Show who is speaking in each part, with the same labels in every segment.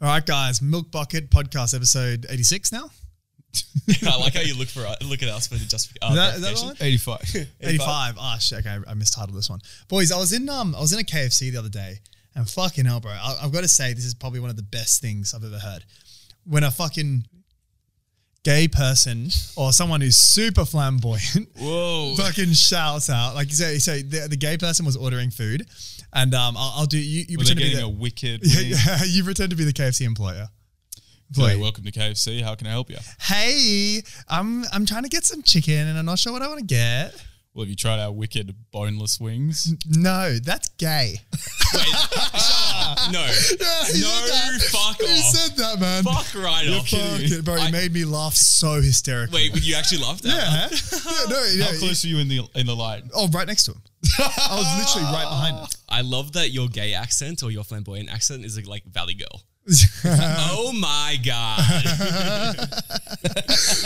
Speaker 1: All right, guys. Milk Bucket podcast episode 86 now?
Speaker 2: I like how you look for look at us for the justification.
Speaker 1: Is that- is that right?
Speaker 3: 85.
Speaker 1: 85. Ah, shit. Okay, I mistitled this one. Boys, I was in um, I was in a KFC the other day, and fucking hell, bro. I, I've got to say, this is probably one of the best things I've ever heard. When a fucking gay person or someone who's super flamboyant
Speaker 3: Whoa.
Speaker 1: fucking shouts out, like so, so the, the gay person was ordering food, and um, I'll, I'll do you. You
Speaker 3: Were they
Speaker 1: pretend to be
Speaker 3: getting
Speaker 1: the,
Speaker 3: a wicked wing?
Speaker 1: yeah, you pretend to be the KFC employer.
Speaker 3: Hello,
Speaker 1: Employee.
Speaker 3: welcome to KFC. How can I help you?
Speaker 1: hey, I'm I'm trying to get some chicken, and I'm not sure what I want to get.
Speaker 3: Well, have you tried our wicked boneless wings?
Speaker 1: No, that's gay.
Speaker 2: No,
Speaker 1: he said
Speaker 2: no,
Speaker 1: that.
Speaker 2: fuck
Speaker 1: He
Speaker 2: off,
Speaker 1: said that, man.
Speaker 2: fuck right
Speaker 1: You're
Speaker 2: off.
Speaker 1: fucking- bro, he
Speaker 2: I-
Speaker 1: made me laugh so hysterically.
Speaker 2: Wait, would you actually laugh that?
Speaker 1: yeah, yeah, no, yeah.
Speaker 3: How close are you in the in the line?
Speaker 1: Oh, right next to him. I was literally right behind him.
Speaker 2: I love that your gay accent or your flamboyant accent is like, like Valley Girl.
Speaker 1: Uh-huh.
Speaker 2: oh my god!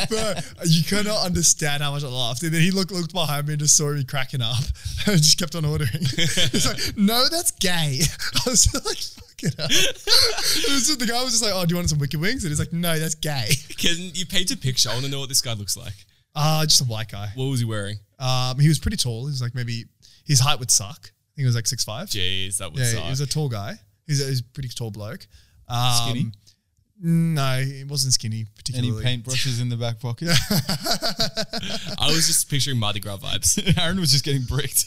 Speaker 1: Bro, you cannot understand how much I laughed. And then he looked looked behind me and just saw me cracking up. I just kept on ordering. He's like, no, that's gay. I was like, fuck it up. It was just- the guy was just like, oh, do you want some wicked wings? And he's like, no, that's gay.
Speaker 2: Can you paint a picture? I want to know what this guy looks like.
Speaker 1: Ah, just a white guy.
Speaker 2: What was he wearing?
Speaker 1: Um, he was pretty tall. He was like maybe his height would suck. I think it was like six five.
Speaker 2: Jeez, that would
Speaker 1: Yeah,
Speaker 2: suck.
Speaker 1: he was a tall guy. He's a, he's a pretty tall bloke. Um,
Speaker 3: Skinny?
Speaker 1: No, he wasn't skinny
Speaker 3: Any
Speaker 1: particularly.
Speaker 3: paintbrushes in the back pocket?
Speaker 2: I was just picturing Mardi Gras vibes.
Speaker 3: Aaron was just getting bricked.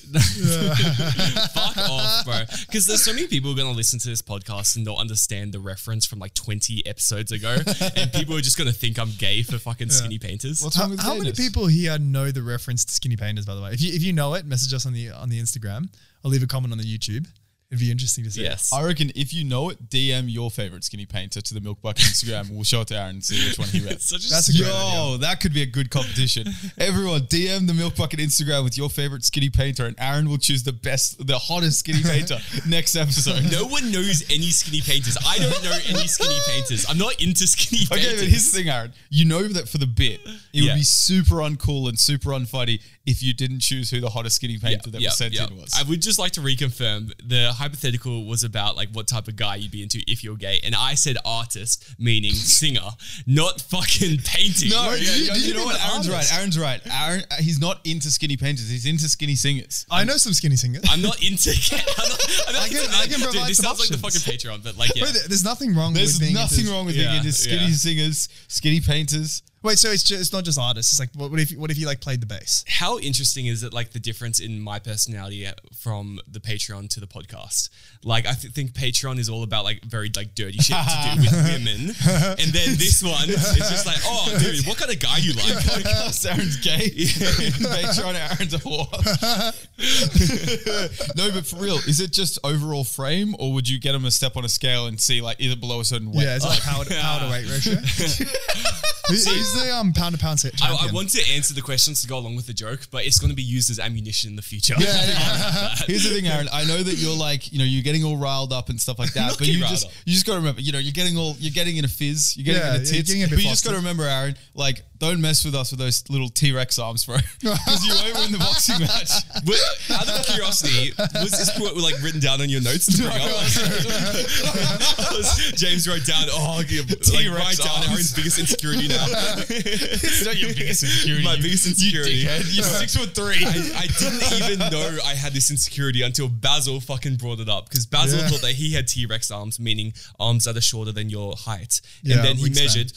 Speaker 2: Fuck off, bro. Because there's so many people going to listen to this podcast and not understand the reference from like 20 episodes ago. and people are just going to think I'm gay for fucking skinny painters.
Speaker 3: What's
Speaker 1: How,
Speaker 3: wrong with
Speaker 1: how many
Speaker 3: gayness?
Speaker 1: people here know the reference to skinny painters? By the way, if you if you know it, message us on the on the Instagram. I'll leave a comment on the YouTube. It'd be interesting to see.
Speaker 2: yes.
Speaker 3: I reckon if you know it, DM your favorite skinny painter to the Milk Bucket Instagram. we'll show it to Aaron and see which one he
Speaker 2: It's
Speaker 3: read.
Speaker 2: such a
Speaker 1: That's a
Speaker 2: s-
Speaker 1: great idea.
Speaker 3: Yo, that could be a good competition. Everyone, DM the Milk Bucket Instagram with your favorite skinny painter, and Aaron will choose the best, the hottest skinny painter next episode.
Speaker 2: No one knows any skinny painters. I don't know any skinny painters. I'm not into skinny painters.
Speaker 3: Okay, but here's the thing, Aaron. You know that for the bit, it
Speaker 2: Yeah.
Speaker 3: would be super uncool and super unfunny if you didn't choose who the hottest skinny painter that was sent in was.
Speaker 2: I would just like to reconfirm the hypothetical was about like what type of guy you'd be into if you're gay, and I said artist, meaning singer, not fucking painting.
Speaker 3: no,
Speaker 1: Wait,
Speaker 3: yeah,
Speaker 1: you-
Speaker 3: yeah,
Speaker 1: did
Speaker 3: you,
Speaker 1: you
Speaker 3: know
Speaker 1: mean
Speaker 3: what?
Speaker 1: the
Speaker 3: Aaron's
Speaker 1: artist?
Speaker 3: right. Aaron's right. Aaron, uh, he's not into skinny painters. He's into skinny singers.
Speaker 1: I know some skinny singers.
Speaker 2: I'm not into. I'm not, I'm not
Speaker 1: I can-
Speaker 2: into
Speaker 1: I can
Speaker 2: Dude,
Speaker 1: provide
Speaker 2: this
Speaker 1: some
Speaker 2: sounds like the
Speaker 1: options.
Speaker 2: fucking Patreon, but like yeah.
Speaker 1: Wait, there- there's nothing wrong with
Speaker 3: There's
Speaker 1: being. into-
Speaker 3: nothing wrong with
Speaker 2: yeah,
Speaker 3: being into skinny
Speaker 2: yeah.
Speaker 3: singers, skinny painters.
Speaker 1: Wait, so it's just, it's not just artists. It's like what, what if what if you like played the bass?
Speaker 2: How interesting is it? Like the difference in my personality from the Patreon to the podcast. Like I th- think Patreon is all about like very like dirty shit to do with women, and then this one is just like, oh, dude, what kind of guy you like?
Speaker 3: Podcast Aaron's gay. Patreon Aaron's a whore. no, but for real, is it just overall frame, or would you get him a step on a scale and see like either below a certain weight?
Speaker 1: Yeah, it's like power to, power to weight ratio. Who- Who's the um pound to pound set?
Speaker 2: I, I
Speaker 1: champion?
Speaker 2: want to answer the questions to go along with the joke, but it's going to be used as ammunition in the future.
Speaker 3: Yeah, yeah. Here's the thing, Aaron. I know that you're like, you know, you're getting all riled up and stuff like that,
Speaker 2: Not
Speaker 3: but
Speaker 2: getting
Speaker 3: you
Speaker 2: riled
Speaker 3: just
Speaker 2: up.
Speaker 3: you just gotta remember, you know, you're getting all you're getting in a fizz, you're getting
Speaker 1: Yeah,
Speaker 3: in a
Speaker 1: you're
Speaker 3: tits.
Speaker 1: getting a bit
Speaker 3: but you just
Speaker 1: flustered.
Speaker 3: gotta remember, Aaron, like, don't mess with us with those little T Rex arms, bro. Because you won't win the boxing match.
Speaker 2: But out of curiosity, was this what, like written down on your notes to bring up? James wrote down, oh, I'll give- like,
Speaker 3: T-Rex
Speaker 2: write down
Speaker 3: arms.
Speaker 2: Aaron's biggest insecurity now.
Speaker 3: It's not your biggest insecurity.
Speaker 2: My biggest insecurity.
Speaker 3: You dickhead. You're six foot three.
Speaker 2: I, I didn't even know I had this insecurity until Basil fucking brought it up because Basil
Speaker 1: Yeah.
Speaker 2: thought that he had T Rex arms, meaning arms that are shorter than your height.
Speaker 1: Yeah,
Speaker 2: and then he
Speaker 1: wingspan.
Speaker 2: measured.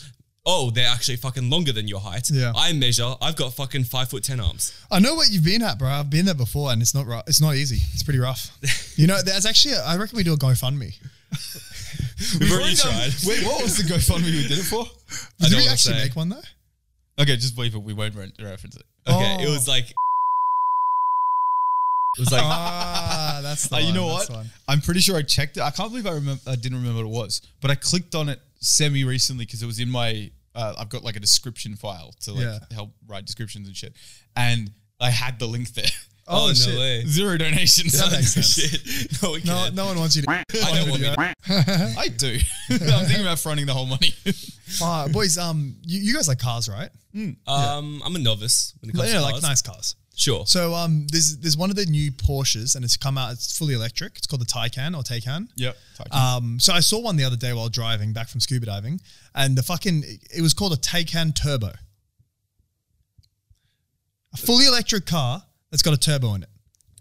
Speaker 2: Oh, they're actually fucking longer than your height.
Speaker 1: Yeah.
Speaker 2: I measure. I've got fucking five foot ten arms.
Speaker 1: I know what you've been at, bro. I've been there before, and it's not rough. It's not easy. It's pretty rough. You know, there's actually. A, I reckon we do a GoFundMe.
Speaker 2: We've already
Speaker 3: We've already
Speaker 2: tried.
Speaker 3: done- Wait, what was the GoFundMe we did it for?
Speaker 2: I
Speaker 1: Did
Speaker 2: don't
Speaker 1: we
Speaker 2: wanna
Speaker 1: actually
Speaker 2: say.
Speaker 1: make one though?
Speaker 3: Okay, just believe it. We won't re- reference it.
Speaker 2: Okay, it
Speaker 1: Oh.
Speaker 2: was like. It was like.
Speaker 1: Ah, that's the
Speaker 3: Uh, you
Speaker 1: one,
Speaker 3: know
Speaker 1: that's
Speaker 3: what?
Speaker 1: the one.
Speaker 3: I'm pretty sure I checked it. I can't believe I remember. I didn't remember what it was, but I clicked on it semi recently because it was in my. Uh, I've got like a description file to like
Speaker 1: Yeah.
Speaker 3: help write descriptions and shit, and I had the link there.
Speaker 1: Oh,
Speaker 2: oh,
Speaker 1: shit.
Speaker 2: no way.
Speaker 3: Zero donations.
Speaker 1: That makes sense.
Speaker 2: Shit. No, we
Speaker 1: No,
Speaker 2: can't.
Speaker 1: no one wants you to.
Speaker 2: I don't want
Speaker 1: video.
Speaker 2: me.
Speaker 3: I do. I'm thinking about fronting the whole money.
Speaker 1: Ah, boys, um, you, you guys like cars, right?
Speaker 2: Um, I'm a novice when it comes
Speaker 1: yeah,
Speaker 2: to
Speaker 1: like
Speaker 2: cars.
Speaker 1: nice cars.
Speaker 2: Sure.
Speaker 1: So um, there's there's one of the new Porsches, and it's come out. It's fully electric. It's called the Taycan or Taycan.
Speaker 3: Yep.
Speaker 1: Um, so I saw one the other day while driving back from scuba diving, and the fucking it was called a Taycan Turbo, a fully electric car that's got a turbo in it.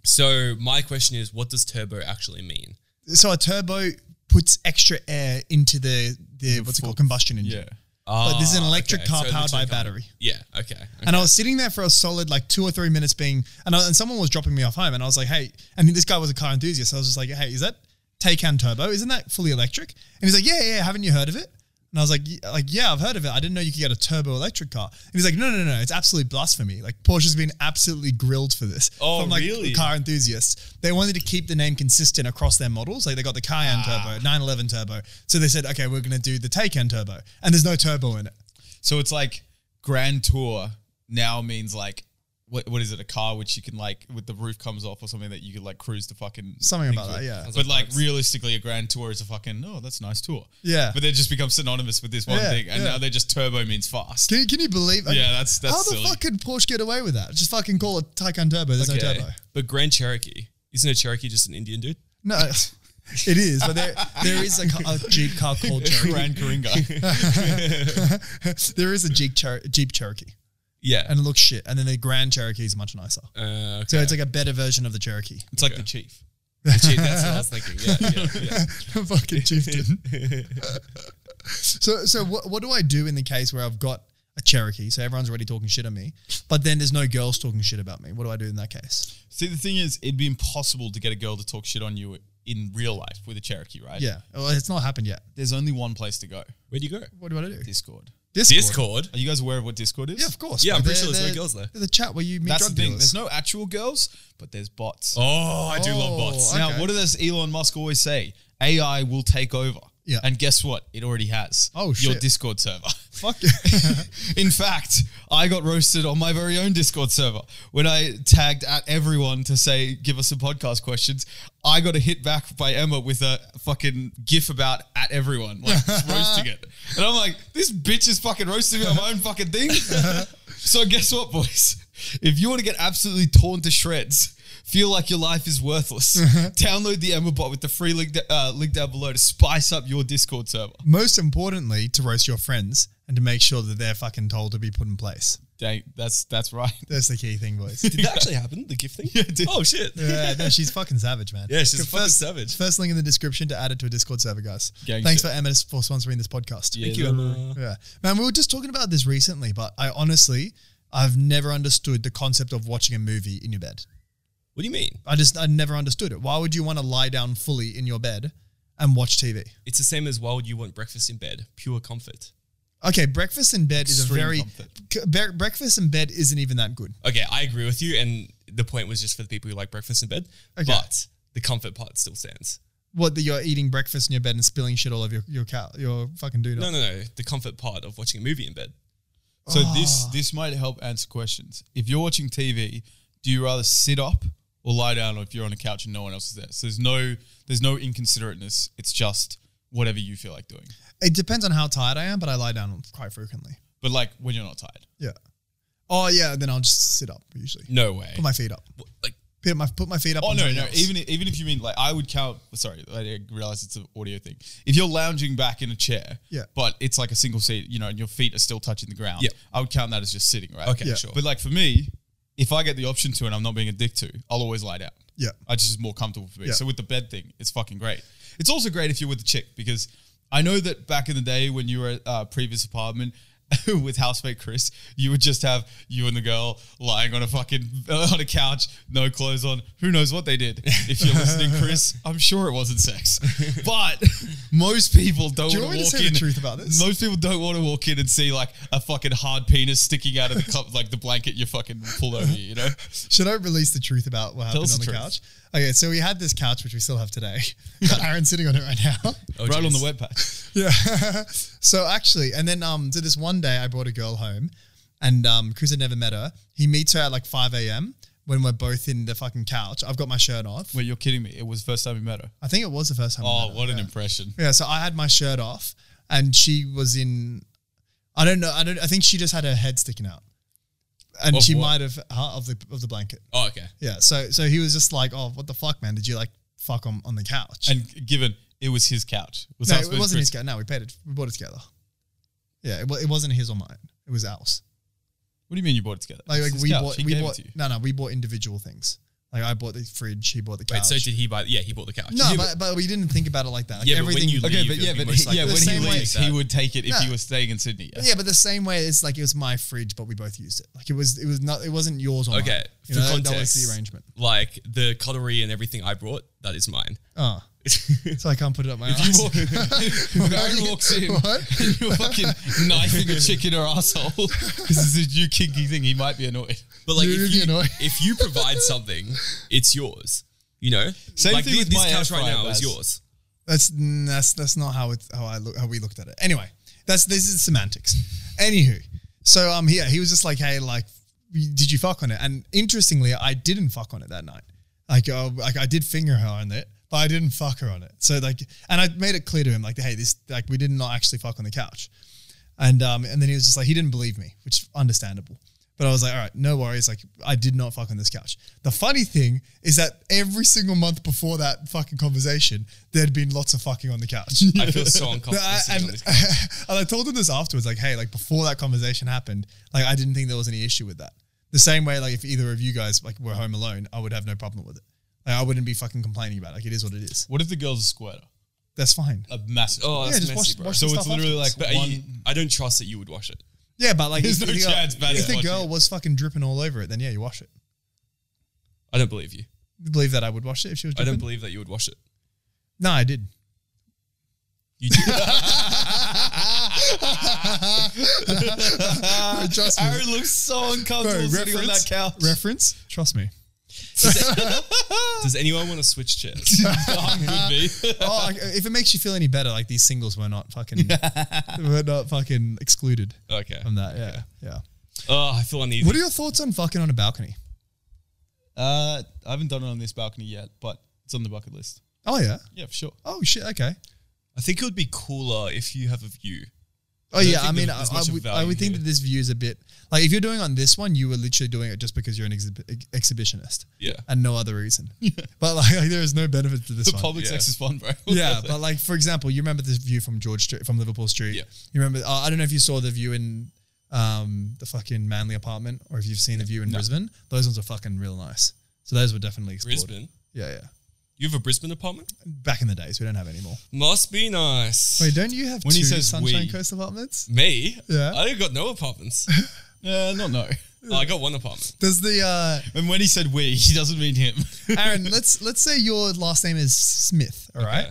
Speaker 2: So my question is, what does turbo actually mean?
Speaker 1: So a turbo puts extra air into the the, what's it called combustion engine.
Speaker 3: yeah.
Speaker 1: But this is an electric
Speaker 2: Ah, okay,
Speaker 1: car powered
Speaker 2: so it looks
Speaker 1: by
Speaker 2: like a-
Speaker 1: battery.
Speaker 2: Yeah. Okay.
Speaker 1: And I was sitting there for a solid like two or three minutes being, and, I, and someone was dropping me off home, and I was like, hey, and this guy was a car enthusiast. So I was just like, hey, is that Taycan Turbo? Isn't that fully electric? And he's like, yeah, yeah, haven't you heard of it? And I was like, "Y- like yeah, I've heard of it. I didn't know you could get a turbo electric car. And he's like, no, no, no, no, it's absolute blasphemy. Like Porsche's been absolutely grilled for this.
Speaker 2: Oh,
Speaker 1: from, like,
Speaker 2: really?
Speaker 1: Car enthusiasts. They wanted to keep the name consistent across their models. Like they got the Cayenne
Speaker 2: Ah.
Speaker 1: Turbo, 911 Turbo. So they said, okay, we're going to do the Taycan Turbo, and there's no turbo in it.
Speaker 3: So it's like Grand Tour now means like what what is it? A car which you can like with the roof comes off or something that you could like cruise to fucking
Speaker 1: Something
Speaker 3: things
Speaker 1: about
Speaker 3: with.
Speaker 1: that, yeah.
Speaker 3: But like realistically, a Grand Tour is a fucking oh that's a nice tour.
Speaker 1: Yeah.
Speaker 3: But they just become synonymous with this one
Speaker 1: Yeah,
Speaker 3: thing, and
Speaker 1: yeah.
Speaker 3: now they just turbo means fast.
Speaker 1: Can you, can you believe?
Speaker 3: Yeah, that's- that's
Speaker 1: how the
Speaker 3: silly.
Speaker 1: fuck could Porsche get away with that? Just fucking call it Taycan Turbo. There's no
Speaker 2: Okay.
Speaker 1: turbo.
Speaker 2: But Grand Cherokee isn't a Cherokee just an Indian dude?
Speaker 1: No, it is. But there there is a, ca- a Jeep car called Cherokee.
Speaker 3: Grand Coringa.
Speaker 1: there is a Jeep Cher- Jeep Cherokee,
Speaker 2: Yeah.
Speaker 1: and it looks shit. And then the Grand Cherokee is much nicer.
Speaker 2: uh, okay.
Speaker 1: So it's like a better version of the Cherokee.
Speaker 3: it's like the chief.
Speaker 2: Gee, that's what I was thinking. Yeah, yeah, yeah.
Speaker 1: fucking chieftain. so so what what do I do in the case where I've got a Cherokee? So everyone's already talking shit on me, but then there's no girls talking shit about me. What do I do in that case?
Speaker 3: See, the thing is, it'd be impossible to get a girl to talk shit on you in real life with a Cherokee, right?
Speaker 1: Yeah, well, it's not happened yet.
Speaker 3: There's only one place to go.
Speaker 2: Where do you go?
Speaker 1: What do I do?
Speaker 3: Discord.
Speaker 2: Discord.
Speaker 3: Are you guys aware of what Discord is?
Speaker 1: Yeah, of course.
Speaker 2: Yeah,
Speaker 1: bro.
Speaker 2: I'm pretty
Speaker 1: They're-
Speaker 2: sure there's no
Speaker 1: they're-
Speaker 2: girls there.
Speaker 1: they're The chat where you meet
Speaker 3: That's
Speaker 1: drug
Speaker 3: the thing.
Speaker 1: dealers.
Speaker 3: There's no actual girls, but there's bots.
Speaker 2: Oh, I do love bots.
Speaker 1: Oh, okay.
Speaker 3: Now, what does Elon Musk always say? AI will take over.
Speaker 1: Yeah.
Speaker 3: And guess what? It already has.
Speaker 1: Oh,
Speaker 3: Your
Speaker 1: shit.
Speaker 3: Discord server.
Speaker 1: Fuck.
Speaker 3: In fact, I got roasted on my very own Discord server when I tagged at everyone to say, give us some podcast questions. I got a hit back by Emma with a fucking gif about at everyone, like roasting it. And I'm like, this bitch is fucking roasting me on my own fucking thing. so, guess what, boys? If you want to get absolutely torn to shreds, feel like your life is worthless, download the Emma bot with the free link, uh, link down below to spice up your Discord server.
Speaker 1: Most importantly, to roast your friends and to make sure that they're fucking told to be put in place.
Speaker 3: Dang, that's, that's right.
Speaker 1: That's the key thing, boys.
Speaker 2: Did that actually happen? The gift thing?
Speaker 3: Yeah, it did.
Speaker 2: Oh shit.
Speaker 1: yeah, no, she's fucking savage, man.
Speaker 2: Yeah, she's fucking
Speaker 1: first,
Speaker 2: savage.
Speaker 1: First link in the description to add it to a Discord server, guys.
Speaker 3: Gang
Speaker 1: Thanks
Speaker 3: shit.
Speaker 1: for Emma for sponsoring this podcast.
Speaker 3: Yeah, Thank
Speaker 2: you, Emma.
Speaker 1: Yeah, man, we were just talking about this recently, but I honestly, I've never understood the concept of watching a movie in your bed.
Speaker 2: What do you mean?
Speaker 1: I just, I never understood it. Why would you want to lie down fully in your bed and watch TV?
Speaker 2: It's the same as why would you want breakfast in bed? Pure comfort.
Speaker 1: Okay, breakfast in bed is
Speaker 3: Extreme
Speaker 1: a very
Speaker 3: comfort.
Speaker 1: c- bre- breakfast in bed isn't even that good.
Speaker 2: Okay, I agree with you, and the point was just for the people who like breakfast in bed.
Speaker 1: Okay.
Speaker 2: But the comfort part still stands.
Speaker 1: What that you're eating breakfast in your bed and spilling shit all over your your cow, your fucking doodle.
Speaker 2: No, no, no. The comfort part of watching a movie in bed. Oh.
Speaker 3: So this this might help answer questions. If you're watching TV, do you rather sit up or lie down, or if you're on a couch and no one else is there? So there's no there's no inconsiderateness. It's just whatever you feel like doing.
Speaker 1: It depends on how tired I am, but I lie down quite frequently.
Speaker 3: But like when you're not tired,
Speaker 1: Yeah. Oh yeah, then I'll just sit up usually.
Speaker 2: No way.
Speaker 1: Put my feet up.
Speaker 2: What, like,
Speaker 1: Put my put my feet up.
Speaker 3: Oh
Speaker 1: on
Speaker 3: no,
Speaker 1: something
Speaker 3: no.
Speaker 1: else.
Speaker 3: Even even if you mean like I would count. Sorry, I realize it's an audio thing. If you're lounging back in a chair,
Speaker 1: Yeah.
Speaker 3: but it's like a single seat, you know, and your feet are still touching the ground.
Speaker 2: Yeah.
Speaker 3: I would count that as just sitting, right?
Speaker 2: Okay,
Speaker 1: Yeah.
Speaker 2: sure.
Speaker 3: But like for me, if I get the option to and I'm not being a dick to, I'll always lie down.
Speaker 1: Yeah.
Speaker 3: I just is more comfortable for me.
Speaker 1: Yeah.
Speaker 3: So with the bed thing, it's fucking great. It's also great if you're with a chick because I know that back in the day when you were at uh, previous apartment. with housemate Chris, you would just have you and the girl lying on a fucking on a couch, no clothes on. Who knows what they did? If you're listening, Chris, I'm sure it wasn't sex. But most people don't
Speaker 1: Do you want
Speaker 3: want
Speaker 1: me
Speaker 3: to
Speaker 1: to
Speaker 3: walk
Speaker 1: say the
Speaker 3: in.
Speaker 1: truth about this?
Speaker 3: Most people don't want to walk in and see like a fucking hard penis sticking out of the cup, like the blanket you fucking pull over you. You know,
Speaker 1: Should I release the truth about what happened
Speaker 3: us
Speaker 1: on the
Speaker 3: the truth.
Speaker 1: couch? Okay, so we had this couch which we still have today. Got Aaron's sitting on it right now.
Speaker 2: Oh,
Speaker 3: right on the
Speaker 2: jeez.
Speaker 3: web patch.
Speaker 1: Yeah. so actually, and then um, so this one day I brought a girl home, and um, Chris had never met her. He meets her at like five a.m. when we're both in the fucking couch. I've got my shirt off.
Speaker 3: Wait, you're kidding me? It was first time we met her.
Speaker 1: I think it was the first time. we
Speaker 3: Oh,
Speaker 1: met her,
Speaker 3: what an
Speaker 1: yeah.
Speaker 3: impression!
Speaker 1: Yeah. So I had my shirt off, and she was in. I don't know. I don't. I think she just had her head sticking out. and
Speaker 2: Of
Speaker 1: she
Speaker 2: what?
Speaker 1: might have huh, of the of the blanket.
Speaker 2: Oh, okay.
Speaker 1: Yeah. So so he was just like, oh, what the fuck, man? Did you like fuck on on the couch?
Speaker 3: And given it was his couch, was
Speaker 1: no,
Speaker 3: that
Speaker 1: it
Speaker 3: supposed
Speaker 1: wasn't
Speaker 3: to-
Speaker 1: his couch. No, we paid it. We bought it together. Yeah, it, wa- it wasn't his or mine. It was ours.
Speaker 3: What do you mean you bought it together?
Speaker 1: Like,
Speaker 3: It's
Speaker 1: like
Speaker 3: his
Speaker 1: we
Speaker 3: couch.
Speaker 1: bought
Speaker 3: He
Speaker 1: we
Speaker 3: gave it
Speaker 1: bought
Speaker 3: to you.
Speaker 1: no no we bought individual things. Like I bought the fridge, he bought the couch.
Speaker 2: Wait, so did he buy? Yeah, he bought the couch.
Speaker 1: no,
Speaker 2: Yeah,
Speaker 1: but, but we didn't think about it like that. Like
Speaker 2: yeah, but
Speaker 1: everything.
Speaker 2: when you leave,
Speaker 3: Okay, but yeah,
Speaker 2: it'll be
Speaker 3: but
Speaker 2: most
Speaker 3: he, yeah,
Speaker 2: likely
Speaker 3: when
Speaker 1: the
Speaker 3: he
Speaker 1: same way-
Speaker 3: leaves,
Speaker 2: like
Speaker 3: he
Speaker 2: that.
Speaker 3: would take it if
Speaker 1: No.
Speaker 3: he was staying in Sydney.
Speaker 1: yeah, but the same way it's like it was my fridge, but we both used it. Like it was it was not it wasn't yours or
Speaker 2: Okay,
Speaker 1: mine. You
Speaker 2: for
Speaker 1: know, that-
Speaker 2: context,
Speaker 1: that was the arrangement.
Speaker 2: Like the cutlery and everything I brought, that is mine.
Speaker 1: Oh, so I can't put it up my ass.
Speaker 3: You walk, Barry walks in
Speaker 1: What?
Speaker 3: and you're fucking knifing a chicken or asshole. This is a new kinky thing. He might be annoyed.
Speaker 2: But like,
Speaker 1: You
Speaker 2: if
Speaker 1: really
Speaker 2: you,
Speaker 1: annoy-
Speaker 2: if you provide something, it's yours. You know,
Speaker 3: Same
Speaker 2: like
Speaker 3: thing
Speaker 2: thi-
Speaker 3: with
Speaker 2: this
Speaker 3: my
Speaker 2: couch
Speaker 3: air
Speaker 2: right
Speaker 3: fryer,
Speaker 2: now is
Speaker 3: Baz.
Speaker 2: yours.
Speaker 1: That's that's that's not how it how I look how we looked at it. Anyway, that's this is semantics. Anywho, so um yeah, he was just like, hey, like, did you fuck on it? And interestingly, I didn't fuck on it that night. Like, uh, like I did finger her on it, but I didn't fuck her on it. So like, and I made it clear to him like, hey, this like we did not actually fuck on the couch. And um, and then he was just like, he didn't believe me, which is understandable. But I was like, all right, no worries. Like, I did not fuck on this couch. The funny thing is that every single month before that fucking conversation, there'd been lots of fucking on the couch.
Speaker 2: I feel so
Speaker 1: But I-
Speaker 2: uncomfortable. sitting on
Speaker 1: and,
Speaker 2: this couch.
Speaker 1: and I told him this afterwards, like, hey, like before that conversation happened, like I didn't think there was any issue with that. The same way, like if either of you guys like were home alone, I would have no problem with it. Like I wouldn't be fucking complaining about it. Like it is what it is.
Speaker 3: What if the girl's a squirter?
Speaker 1: That's fine.
Speaker 3: A massive.
Speaker 2: Oh,
Speaker 1: yeah,
Speaker 2: that's
Speaker 1: just
Speaker 2: messy,
Speaker 1: wash,
Speaker 2: bro.
Speaker 1: wash
Speaker 3: so
Speaker 1: the
Speaker 3: it's
Speaker 1: stuff
Speaker 3: literally
Speaker 1: afterwards.
Speaker 3: like
Speaker 2: But are
Speaker 3: one.
Speaker 2: you- I don't trust that you would wash it.
Speaker 1: yeah, but like
Speaker 3: There's
Speaker 1: if,
Speaker 3: no
Speaker 1: the girl,
Speaker 3: chance Baz
Speaker 1: if
Speaker 3: is
Speaker 1: the
Speaker 3: watching
Speaker 1: girl
Speaker 3: it.
Speaker 1: was fucking dripping all over it, then yeah, you wash it.
Speaker 2: I don't believe you.
Speaker 1: You believe that I would wash it if she was
Speaker 2: I
Speaker 1: dripping?
Speaker 2: don't believe that you would wash it.
Speaker 1: no, I did.
Speaker 2: You do.
Speaker 1: Trust me.
Speaker 3: Uh, Aaron looks so uncomfortable sitting on that couch.
Speaker 1: reference. Trust me.
Speaker 2: Does anyone want to switch chairs?
Speaker 3: Could be.
Speaker 1: Oh, like, if it makes you feel any better, like these singles were not fucking, were not fucking excluded
Speaker 2: Okay.
Speaker 1: from that. Yeah, yeah.
Speaker 2: Oh, I feel uneasy.
Speaker 1: What are your thoughts on fucking on a balcony?
Speaker 3: Uh, I haven't done it on this balcony yet, but it's on the bucket list.
Speaker 1: Oh yeah.
Speaker 3: Yeah, for sure.
Speaker 1: Oh shit. Okay.
Speaker 2: I think it would be cooler if you have a view.
Speaker 1: Oh
Speaker 2: don't
Speaker 1: yeah.
Speaker 2: think
Speaker 1: I mean, I,
Speaker 2: there's
Speaker 1: I
Speaker 2: much of
Speaker 1: would, I
Speaker 2: value
Speaker 1: would think
Speaker 2: here.
Speaker 1: that this view is a bit like if you're doing on this one, you were literally doing it just because you're an exhib- ex- exhibitionist
Speaker 2: Yeah.
Speaker 1: and no other reason. But like, there is no benefit to this
Speaker 3: The
Speaker 1: one.
Speaker 3: public
Speaker 2: yeah.
Speaker 3: sex is fun, bro.
Speaker 1: yeah, but like for example, you remember this view from George Street, from Liverpool Street.
Speaker 2: Yeah.
Speaker 1: You remember? Uh, I don't know if you saw the view in um, the fucking Manly apartment, or if you've seen the view in Brisbane. Those ones are fucking real nice. So those were definitely explored.
Speaker 2: Brisbane.
Speaker 1: Yeah, yeah.
Speaker 2: You have a Brisbane apartment?
Speaker 1: Back in the days, we don't have any more.
Speaker 2: Must be nice.
Speaker 1: Wait, don't you have
Speaker 3: When
Speaker 1: two
Speaker 3: he says
Speaker 1: Sunshine
Speaker 3: we-
Speaker 1: Coast apartments?
Speaker 2: Me?
Speaker 1: Yeah.
Speaker 2: I got no apartments.
Speaker 3: Uh, not no.
Speaker 2: oh, I got one apartment.
Speaker 1: Does the uh,
Speaker 3: And when he said we, he doesn't mean him.
Speaker 1: Aaron? let's let's say your last name is Smith. All right.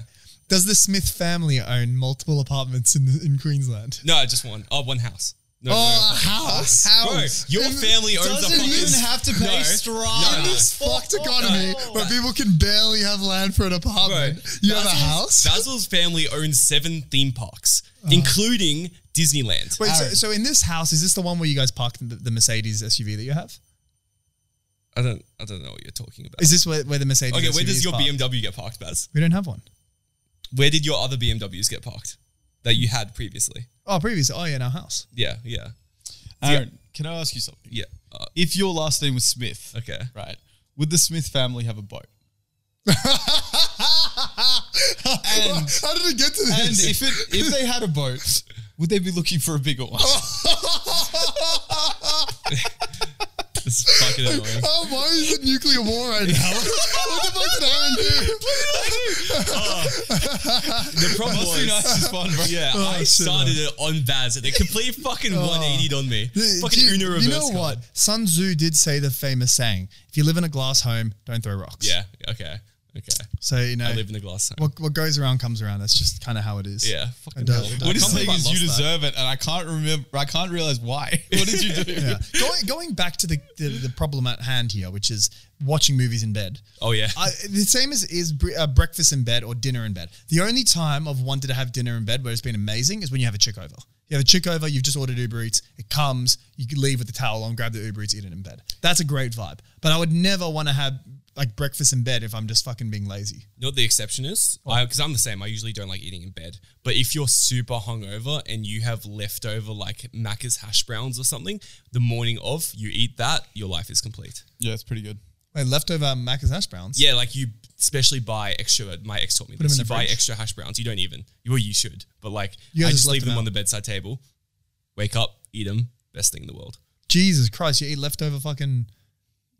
Speaker 1: Does the Smith family own multiple apartments in in Queensland?
Speaker 2: No, I just one. Oh, one house. No, no
Speaker 1: Oh,
Speaker 2: apartment.
Speaker 1: a house.
Speaker 2: Bro, your family owns
Speaker 3: doesn't
Speaker 2: a fucking-
Speaker 3: even have to pay
Speaker 2: No.
Speaker 3: strata.
Speaker 2: No,
Speaker 1: In
Speaker 2: no, no.
Speaker 1: this fucked economy where people can barely have land for an apartment,
Speaker 2: Bro,
Speaker 1: you have a
Speaker 2: Basil's-
Speaker 1: house. Oh.
Speaker 2: Basil's family owns seven theme parks, including Disneyland.
Speaker 1: Wait, so,
Speaker 3: Aaron.
Speaker 1: so in this house, is this the one where you guys parked the, the Mercedes SUV that you have?
Speaker 2: I don't, I don't know what you're talking about.
Speaker 1: Is this where, where the Mercedes?
Speaker 2: okay,
Speaker 1: SUV
Speaker 2: where does
Speaker 1: is
Speaker 2: your
Speaker 1: parked?
Speaker 2: BMW get parked, Baz?
Speaker 1: We don't have one.
Speaker 2: Where did your other BMWs get parked that you had previously?
Speaker 1: Oh, previous. Oh yeah, in our house.
Speaker 2: Yeah, yeah,
Speaker 3: Aaron, can I ask you something?
Speaker 2: yeah. Uh,
Speaker 3: If your last name was Smith,
Speaker 2: okay.
Speaker 3: right? Would the Smith family have a boat? and
Speaker 1: How did it get to
Speaker 3: and
Speaker 1: this?
Speaker 3: if it if they had a boat, would they be looking for a bigger one?
Speaker 2: This is fucking annoying.
Speaker 1: oh, why is it nuclear war right now? what the fuck did Aaron do?
Speaker 2: The problem
Speaker 3: Must be
Speaker 2: was,
Speaker 3: nice as fun, bro.
Speaker 2: yeah,
Speaker 1: Oh,
Speaker 2: I
Speaker 1: shit,
Speaker 2: started it on Baz, and they completely fucking
Speaker 3: Oh.
Speaker 2: 180'd on me.
Speaker 1: The-
Speaker 2: Fucking
Speaker 1: do you-
Speaker 2: Uno reverse
Speaker 1: You know
Speaker 2: card.
Speaker 1: what? Sun Tzu did say the famous saying: "If you live in a glass home, don't throw rocks."
Speaker 2: Yeah. Okay. Okay.
Speaker 1: So you know,
Speaker 2: I live in the glass home.
Speaker 1: what what goes around comes around. That's just kind of how it is.
Speaker 2: Yeah. Fucking
Speaker 1: It does,
Speaker 2: hell.
Speaker 1: it does.
Speaker 3: What
Speaker 1: I
Speaker 3: he's
Speaker 1: can't
Speaker 3: saying
Speaker 2: believe
Speaker 3: is
Speaker 2: I lost
Speaker 3: you
Speaker 2: that.
Speaker 3: deserve it, and I can't remember. I can't realize why. What did you do?
Speaker 1: Yeah. going going back to the, the the problem at hand here, which is watching movies in bed.
Speaker 2: Oh yeah.
Speaker 1: I, the same as is br- uh, breakfast in bed or dinner in bed. The only time I've wanted to have dinner in bed where it's been amazing is when you have a chick over. You have a chick over, you've just ordered Uber Eats, it comes, you can leave with the towel on, grab the Uber Eats, eat it in bed. That's a great vibe. But I would never want to have like breakfast in bed if I'm just fucking being lazy.
Speaker 2: You know what the exception is? Because I'm the same. I usually don't like eating in bed. But if you're super hungover and you have leftover like Macca's hash browns or something, the morning of you eat that, your life is complete.
Speaker 3: Yeah, it's pretty good.
Speaker 1: Wait, leftover Macca's hash browns.
Speaker 2: Yeah, like you especially buy extra. My ex taught me
Speaker 1: them
Speaker 2: this.
Speaker 1: in
Speaker 2: You
Speaker 1: the
Speaker 2: buy
Speaker 1: fridge.
Speaker 2: extra hash browns. You don't even. Well, you should. But like,
Speaker 1: You
Speaker 2: I
Speaker 1: guys
Speaker 2: just
Speaker 1: just
Speaker 2: leave
Speaker 1: left them
Speaker 2: them on
Speaker 1: out.
Speaker 2: the bedside table. Wake up, eat them. Best thing in the world.
Speaker 1: Jesus Christ, you eat leftover fucking.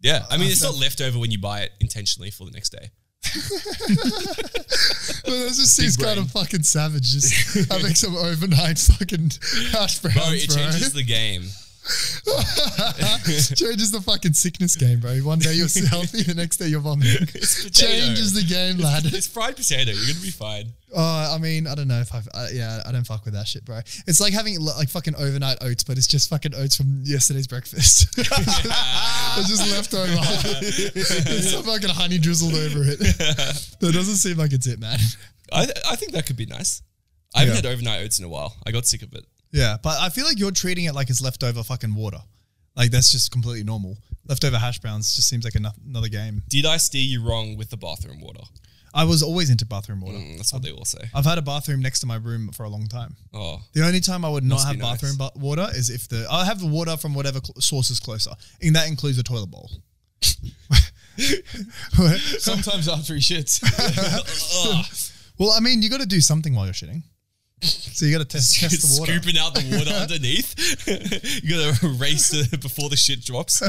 Speaker 2: Yeah, I mean, it's
Speaker 1: so-
Speaker 2: not leftover when you buy it intentionally for the next day.
Speaker 1: this just seems
Speaker 2: brain.
Speaker 1: kind of fucking savage. Just having some overnight fucking hash browns,
Speaker 2: Bro, it changes the game.
Speaker 1: changes the fucking sickness game, bro. One day you're healthy, the next day you're vomiting.
Speaker 2: potato.
Speaker 1: Changes the game, lad.
Speaker 2: It's fried potato. You're gonna be fine.
Speaker 1: Oh, I mean, I don't know if I, uh, yeah, I don't fuck with that shit, bro. It's like having l- like fucking overnight oats, but it's just fucking oats from yesterday's breakfast. it's just left over. it's some fucking honey drizzled over it. That doesn't seem like it's it, man.
Speaker 2: I I think that could be nice. I haven't
Speaker 1: Yeah.
Speaker 2: had overnight oats in a while. I got sick of it.
Speaker 1: Yeah, but I feel like you're treating it like it's leftover fucking water. Like that's just completely normal. Leftover hash browns just seems like ano- another game.
Speaker 2: Did I steer you wrong with the bathroom water?
Speaker 1: I was always into bathroom water.
Speaker 2: Mm, that's what they all say.
Speaker 1: I've had a bathroom next to my room for a long time.
Speaker 2: Oh,
Speaker 1: The only time I would not
Speaker 2: Must
Speaker 1: have
Speaker 2: be nice.
Speaker 1: bathroom bu- water is if the I have the water from whatever cl- source is closer, and that includes a toilet bowl.
Speaker 3: Sometimes after he shits.
Speaker 2: Ugh.
Speaker 1: well, I mean, you got to do something while you're shitting, so you got to test, test the water.
Speaker 2: scooping out the water underneath. you gotta race the, before the shit drops.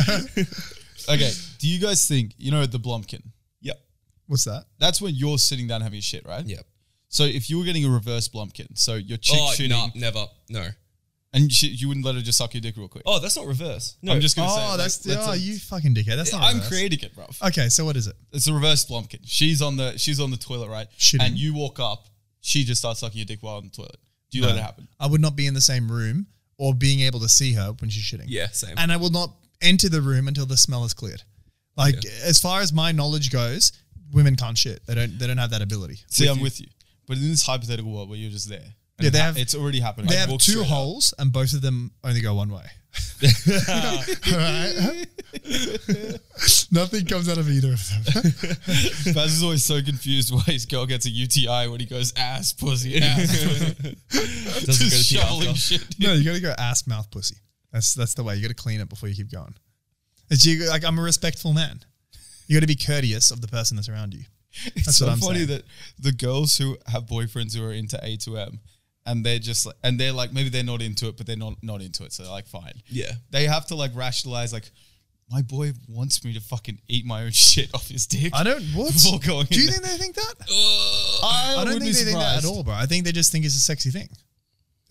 Speaker 3: okay, do you guys think, you know, the Blumpkin?
Speaker 2: yep.
Speaker 1: What's that?
Speaker 3: That's when you're sitting down having a shit, right?
Speaker 2: Yep.
Speaker 3: So if you were getting a reverse Blumpkin, so your chick
Speaker 2: oh
Speaker 3: shitting,
Speaker 2: no, never. No.
Speaker 3: and she, you wouldn't let her just suck your dick real quick.
Speaker 2: Oh, that's not reverse. No,
Speaker 3: I'm just gonna say.
Speaker 1: Oh,
Speaker 3: like,
Speaker 1: that's, oh,
Speaker 3: a-
Speaker 1: you fucking dickhead. That's not.
Speaker 3: I'm
Speaker 1: reverse.
Speaker 3: creating it, bro.
Speaker 1: Okay, so what is it?
Speaker 3: It's a reverse Blumpkin. She's on the she's on the toilet, right?
Speaker 1: Shitting.
Speaker 3: And you walk up, she just starts sucking your dick while on the toilet. Do you let it happen?
Speaker 1: I would not be in the same room or being able to see her when she's shitting.
Speaker 2: yeah, same.
Speaker 1: and I will not enter the room until the smell is cleared. Like as far as my knowledge goes, women can't shit. They don't. They don't have that ability.
Speaker 3: See, I'm with you. But in this hypothetical world where you're just there, and
Speaker 1: Yeah,
Speaker 3: it
Speaker 1: they
Speaker 3: ha-
Speaker 1: have-
Speaker 3: it's already happening.
Speaker 1: They
Speaker 3: Like,
Speaker 1: have
Speaker 3: walk
Speaker 1: two
Speaker 3: straight up.
Speaker 1: holes, and both of them only go one way. Alright? Nothing comes out of either of them.
Speaker 3: Baz is always so confused why his girl gets a UTI when he goes ass pussy ass pussy.
Speaker 2: go to
Speaker 3: just
Speaker 2: pee
Speaker 3: shoveling
Speaker 2: after.
Speaker 3: shit.
Speaker 1: No, you gotta go ass mouth pussy. That's that's the way. You gotta clean it before you keep going. It's you like I'm a respectful man. You gotta be courteous of the person that's around you.
Speaker 3: It's
Speaker 1: That's
Speaker 3: so
Speaker 1: what I'm
Speaker 3: funny
Speaker 1: saying.
Speaker 3: that the girls who have boyfriends who are into A2M and they're just like, and they're like maybe they're not into it, but they're not not into it, so they're like fine.
Speaker 2: yeah.
Speaker 3: They have to like rationalize like my boy wants me to fucking eat my own shit off his dick.
Speaker 1: I don't what
Speaker 3: Before going
Speaker 1: Do you
Speaker 3: in
Speaker 1: think they think that?
Speaker 3: I,
Speaker 1: I don't
Speaker 3: wouldn't
Speaker 1: think
Speaker 3: be
Speaker 1: they think that at
Speaker 3: surprised
Speaker 1: all, bro. I think they just think it's a sexy thing,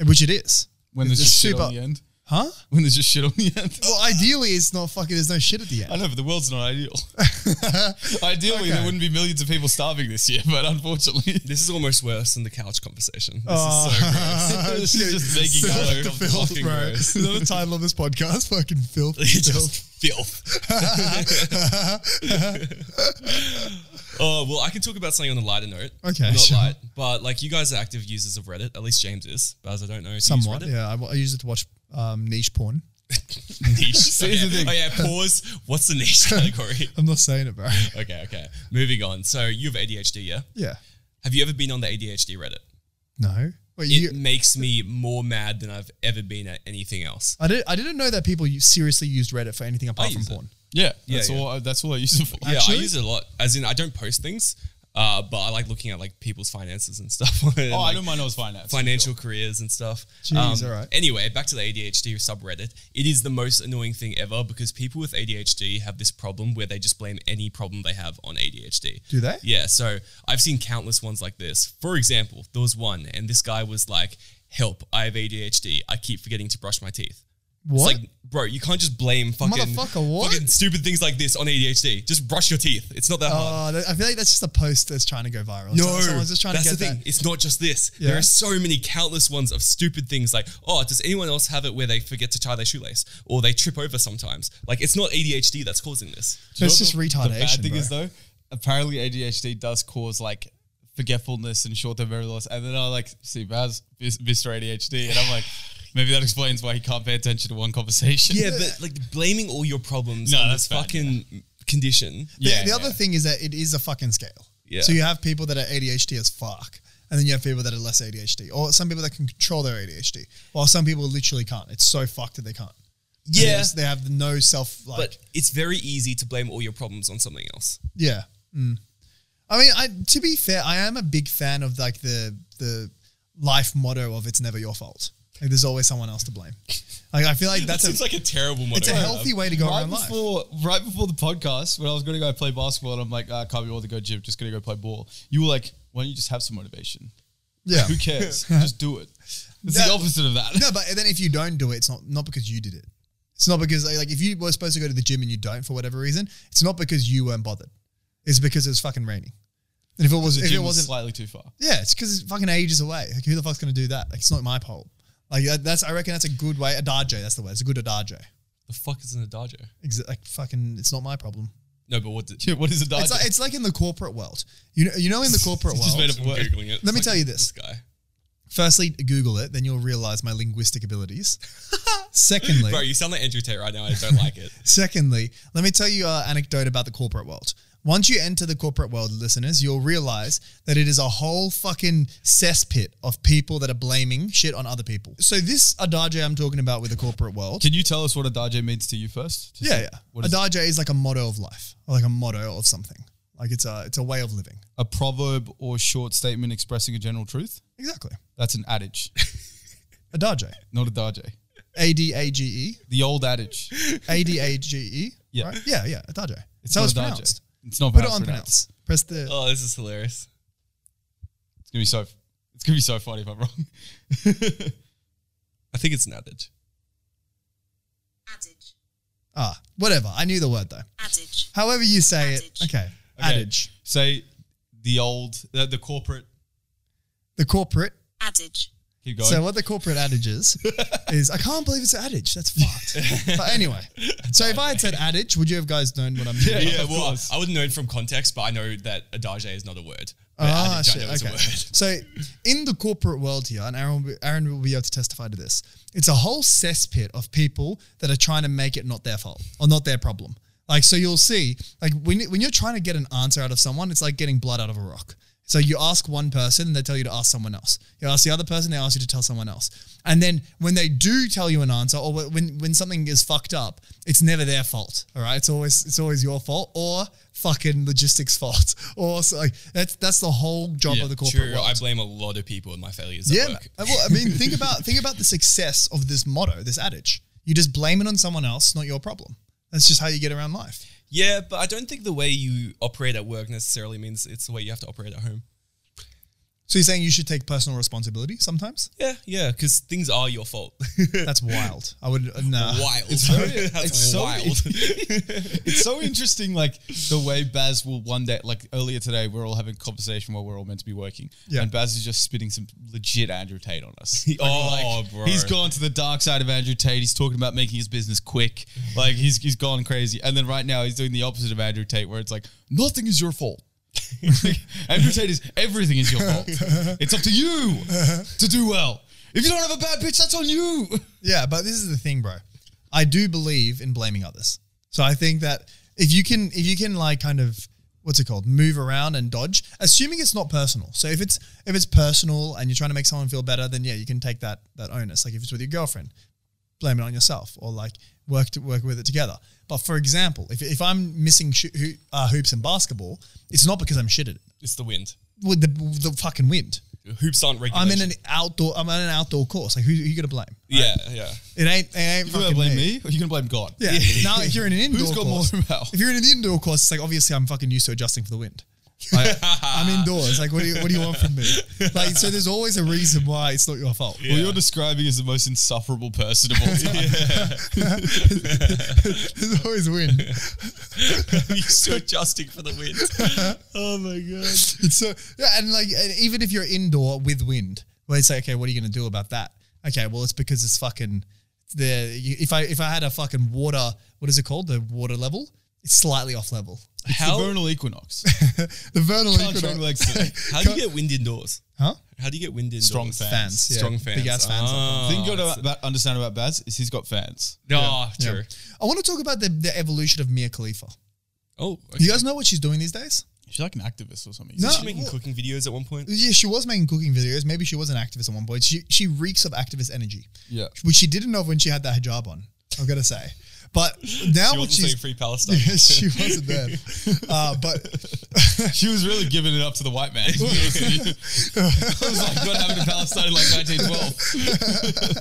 Speaker 1: which it is.
Speaker 3: When
Speaker 1: It's
Speaker 3: there's just
Speaker 1: just
Speaker 3: shit
Speaker 1: super- Oh,
Speaker 3: on the end.
Speaker 1: Huh?
Speaker 3: When there's just shit on the end.
Speaker 1: Well, ideally, it's not fucking. There's no shit at the
Speaker 3: I
Speaker 1: end.
Speaker 3: know, but the world's not ideal. Ideally, there
Speaker 1: Okay.
Speaker 3: wouldn't be millions of people starving this year, but unfortunately,
Speaker 2: This is almost worse than the couch conversation. This is so gross.
Speaker 1: Oh,
Speaker 3: This is just
Speaker 1: so
Speaker 3: making out
Speaker 1: the
Speaker 3: of
Speaker 1: filth,
Speaker 3: fucking
Speaker 1: bro.
Speaker 3: gross.
Speaker 1: Is that the title of this podcast? Fucking filth.
Speaker 2: It's
Speaker 1: filth.
Speaker 2: just filth. Oh well, I can talk about something on a lighter note.
Speaker 1: Okay,
Speaker 2: not
Speaker 1: sure.
Speaker 2: light, but like you guys are active users of Reddit. At least James is, but as I don't know, if you use
Speaker 1: Somewhat.
Speaker 2: Reddit.
Speaker 1: Yeah, I, wa- I use it to watch um, niche porn.
Speaker 2: niche. So
Speaker 3: here's the thing.
Speaker 2: Oh yeah, pause. What's the niche category?
Speaker 1: I'm not saying it, bro.
Speaker 2: okay, okay. Moving on. So you have ADHD, yeah?
Speaker 1: Yeah.
Speaker 2: Have you ever been on the ADHD Reddit?
Speaker 1: No. Wait,
Speaker 2: It
Speaker 1: you,
Speaker 2: makes me more mad than I've ever been at anything else.
Speaker 1: I didn't. I didn't know that people u- seriously used Reddit for anything apart from
Speaker 2: use it.
Speaker 1: porn.
Speaker 3: yeah, that's
Speaker 2: yeah.
Speaker 3: all. I, that's all I use it for.
Speaker 2: Yeah, I
Speaker 1: Actually?
Speaker 2: use it a lot. As in, I don't post things, uh, but I like looking at like people's finances and stuff. oh,
Speaker 3: oh, I don't mind those finance.
Speaker 2: financial careers and stuff. Um,
Speaker 1: Jeez, alright.
Speaker 2: Anyway, back to the ADHD subreddit. It is the most annoying thing ever because people with ADHD have this problem where they just blame any problem they have on ADHD.
Speaker 1: Do they?
Speaker 2: Yeah. So I've seen countless ones like this. For example, there was one, and this guy was like, "Help! I have ADHD. I keep forgetting to brush my teeth."
Speaker 1: What?
Speaker 2: It's like, bro, you can't just blame fucking,
Speaker 1: Motherfucker, what?
Speaker 2: fucking stupid things like this on ADHD. Just brush your teeth. It's not that
Speaker 3: uh,
Speaker 2: hard.
Speaker 1: Oh, that- I feel like that's just a post that's trying to go viral. So- someone's just trying
Speaker 2: that's
Speaker 1: to get
Speaker 2: the thing.
Speaker 1: that.
Speaker 2: It's not just this. There
Speaker 1: Yeah.
Speaker 2: are so many countless ones of stupid things like, oh, does anyone else have it where they forget to tie their shoelace or they trip over sometimes? Like, it's not ADHD that's causing this.
Speaker 3: You know
Speaker 1: That's
Speaker 3: what
Speaker 1: just
Speaker 3: the-
Speaker 1: retardation.
Speaker 3: The bad thing
Speaker 1: bro.
Speaker 3: is though, apparently ADHD does cause like forgetfulness and short-term memory loss. And then I like see Baz, Mis- Mr. ADHD, and I'm like, maybe that explains why he can't pay attention to one conversation.
Speaker 2: Yeah, but like blaming all your problems
Speaker 3: No,
Speaker 2: on
Speaker 3: that's
Speaker 2: this
Speaker 3: bad,
Speaker 2: fucking condition.
Speaker 1: The,
Speaker 3: Yeah,
Speaker 1: the other
Speaker 3: yeah.
Speaker 1: thing is that it is a fucking scale.
Speaker 2: Yeah.
Speaker 1: So you have people that are ADHD as fuck, and then you have people that are less ADHD, or some people that can control their ADHD, while some people literally can't. It's so fucked that they can't. And they
Speaker 2: Yeah.
Speaker 1: just- they have no self like.
Speaker 2: But it's very easy to blame all your problems on something else.
Speaker 1: Yeah. Mm. I mean, I to be fair, I am a big fan of like the the life motto of it's never your fault. Like there's always someone else to blame. Like I feel like that's
Speaker 2: seems
Speaker 1: a,
Speaker 2: like a terrible motto.
Speaker 1: it's a healthy way to go
Speaker 3: right
Speaker 1: around life.
Speaker 3: before, right before the podcast, when I was going to go play basketball, and I'm like, "Ah, I can't be bothered to go gym, just going to go play ball. You were like, why don't you just have some motivation?
Speaker 1: Yeah.
Speaker 3: Who cares? just do it. It's the
Speaker 1: No.
Speaker 3: opposite of that.
Speaker 1: No, but then if you don't do it, it's not not because you did it. It's not because like if you were supposed to go to the gym and you don't for whatever reason, it's not because you weren't bothered. It's because it was fucking raining. And if it was
Speaker 3: The
Speaker 1: if it
Speaker 3: gym was
Speaker 1: wasn't
Speaker 3: slightly too far.
Speaker 1: Yeah, it's because it's fucking ages away. Like, who the fuck's gonna do that? Like, it's not my poll. Like, that- that's I reckon that's a good way. Adagio, that's the word. It's a good adagio.
Speaker 2: The fuck is an adagio?
Speaker 1: Exa- like, fucking, it's not my problem.
Speaker 2: No, but what? Did,
Speaker 3: Yeah, what is a diet?
Speaker 1: It's like, it's like in the corporate world. You know, you know, in the corporate
Speaker 3: Just made
Speaker 1: world.
Speaker 3: up-
Speaker 2: I'm
Speaker 3: What?
Speaker 2: googling it. It's
Speaker 1: me
Speaker 2: like
Speaker 1: tell you this.
Speaker 2: guy.
Speaker 1: Firstly, Google it, then you'll realize my linguistic abilities. Secondly,
Speaker 2: Bro, you sound like Andrew Tate right now. I just don't like it.
Speaker 1: Secondly, let me tell you an anecdote about the corporate world. Once you enter the corporate world, listeners, you'll realize that it is a whole fucking cesspit of people that are blaming shit on other people. So this adagio I'm talking about with the corporate world,
Speaker 3: Can you tell us what a diet means to you first? Just
Speaker 1: yeah, yeah,
Speaker 3: What is it?
Speaker 1: adagio is like a motto of life, or like a motto of something. Like it's a it's a way of living.
Speaker 3: A proverb or short statement expressing a general truth?
Speaker 1: Exactly,
Speaker 3: That's an adage,
Speaker 1: adagio,
Speaker 3: not a dage.
Speaker 1: A D A G
Speaker 3: The old adage.
Speaker 1: E, A D A G E.
Speaker 3: Yeah.
Speaker 1: right? yeah, yeah, adagio. It's how
Speaker 3: not
Speaker 1: it's
Speaker 3: a dage.
Speaker 1: pronounced.
Speaker 3: It's not
Speaker 1: Put it
Speaker 3: how it's
Speaker 1: on
Speaker 3: pronounced.
Speaker 1: pronounce. Press the
Speaker 2: Oh, this is hilarious.
Speaker 3: It's gonna be so. It's gonna be so funny if I'm wrong.
Speaker 2: I think it's an adage.
Speaker 4: adage,
Speaker 1: ah whatever. I knew the word though.
Speaker 4: adage,
Speaker 1: However you say it.
Speaker 4: Adage.
Speaker 1: Okay. Adage.
Speaker 3: Say the old, the, the corporate.
Speaker 1: The corporate.
Speaker 4: adage,
Speaker 3: Keep going.
Speaker 1: So what the corporate adage is is I can't believe it's adage. That's fucked. but anyway, so if I had said adage, would you have guys known what I'm?
Speaker 3: Yeah,
Speaker 1: doing?
Speaker 2: Yeah,
Speaker 3: of
Speaker 2: well,
Speaker 3: course.
Speaker 2: I wouldn't know it from context, but I know that adagio is not a word. But
Speaker 1: Ah,
Speaker 2: adage,
Speaker 1: shit.
Speaker 2: I know it's a
Speaker 1: Okay.
Speaker 2: word.
Speaker 1: So in the corporate world here, and Aaron will, be, Aaron will be able to testify to this. It's a whole cesspit of people that are trying to make it not their fault or not their problem. Like so, you'll see. Like when when you're trying to get an answer out of someone, it's like getting blood out of a rock. So you ask one person, they tell you to ask someone else. You ask the other person, they ask you to tell someone else. And then when they do tell you an answer, or wh- when when something is fucked up, it's never their fault. All right, it's always it's always your fault or fucking logistics fault. Or so, like that's that's the whole job
Speaker 3: Yeah,
Speaker 1: of the corporate
Speaker 2: True.
Speaker 1: world.
Speaker 2: I blame a lot of people in my failures
Speaker 1: yeah,
Speaker 2: at work.
Speaker 1: man. well, I mean, think about think about the success of this motto, this adage. You just blame it on someone else, not your problem. That's just how you get around life.
Speaker 2: Yeah, but I don't think the way you operate at work necessarily means it's the way you have to operate at home.
Speaker 1: So you're saying you should take personal responsibility sometimes?
Speaker 2: Yeah, yeah, because things are your fault.
Speaker 1: That's wild. I would uh, nah.
Speaker 2: wild.
Speaker 3: It's very-
Speaker 2: That's
Speaker 3: it's so-
Speaker 2: wild.
Speaker 3: it's so interesting, like the way Baz will one day, like earlier today, we're all having a conversation where we're all meant to be working,
Speaker 1: Yeah.
Speaker 3: and Baz is just spitting some legit Andrew Tate on us.
Speaker 2: Oh, bro.
Speaker 3: He's gone to the dark side of Andrew Tate. He's talking about making his business quick. Like he's he's gone crazy, and then right now he's doing the opposite of Andrew Tate, where it's like nothing is your fault. Andrew Tate is everything is your fault. It's up to you to do well. If you don't have a bad pitch, that's on you.
Speaker 1: Yeah, but this is the thing, bro. I do believe in blaming others. So I think that if you can, if you can, like, kind of, what's it called, move around and dodge, assuming it's not personal. So if it's if it's personal and you're trying to make someone feel better, then yeah, you can take that that onus. Like if it's with your girlfriend, blame it on yourself, or like work to work with it together. But for example, if, if I'm missing sh- ho- uh, hoops in basketball, it's not because I'm shit at it.
Speaker 2: It's the wind.
Speaker 1: With the the fucking wind.
Speaker 2: Hoops aren't regular.
Speaker 1: I'm in an outdoor. I'm in an outdoor course. Like who, who you gonna blame?
Speaker 2: Yeah, yeah.
Speaker 1: It ain't. It ain't.
Speaker 3: You gonna
Speaker 1: fucking
Speaker 3: blame me, or you gonna blame God?
Speaker 1: yeah. Now, if you're in an indoor
Speaker 3: Who's got
Speaker 1: course,
Speaker 3: more mouth?
Speaker 1: if you're in an indoor course, it's like obviously I'm fucking used to adjusting for the wind. Like, I'm indoors. Like, what do you what do you want from me? Like, so there's always a reason why it's not your fault.
Speaker 3: Well, you're describing as the most insufferable person of all time.
Speaker 1: there's always wind.
Speaker 2: You're still adjusting for the wind.
Speaker 1: oh my god. It's so yeah, and like and even if you're indoor with wind, where it's like, okay, what are you gonna do about that? Okay, well, it's because it's fucking the you- if I if I had a fucking water, what is it called? The water level. It's slightly off level.
Speaker 3: It's
Speaker 2: How-
Speaker 3: the vernal equinox.
Speaker 1: The vernal
Speaker 3: Can't
Speaker 1: equinox-
Speaker 3: train legs today.
Speaker 2: How do you get wind indoors?
Speaker 1: Huh?
Speaker 2: How do you get wind indoors?
Speaker 3: Strong fans.
Speaker 1: Fans, yeah,
Speaker 2: Strong fans.
Speaker 1: big ass fans.
Speaker 2: Ah.
Speaker 3: Thing you gotta about, understand about Baz is he's got fans.
Speaker 2: Ah,
Speaker 1: Yeah.
Speaker 2: true.
Speaker 1: I want to talk about the, the evolution of Mia Khalifa.
Speaker 2: Oh, okay.
Speaker 1: You guys know what she's doing these days?
Speaker 3: She's like an activist or something.
Speaker 1: No.
Speaker 2: Is she making
Speaker 1: well-
Speaker 2: cooking videos at one point?
Speaker 1: Yeah, she was making cooking videos. Maybe she was an activist at one point. She she reeks of activist energy.
Speaker 3: Yeah.
Speaker 1: Which she didn't know when she had that hijab on. I've got to say. But now
Speaker 2: She
Speaker 1: what
Speaker 2: wasn't
Speaker 1: she's
Speaker 2: saying free Palestine.
Speaker 1: Yeah, she wasn't there. Uh, but
Speaker 3: She was really giving it up to the white man. to be honest with you. I was like, what happened to Palestine in like 1912?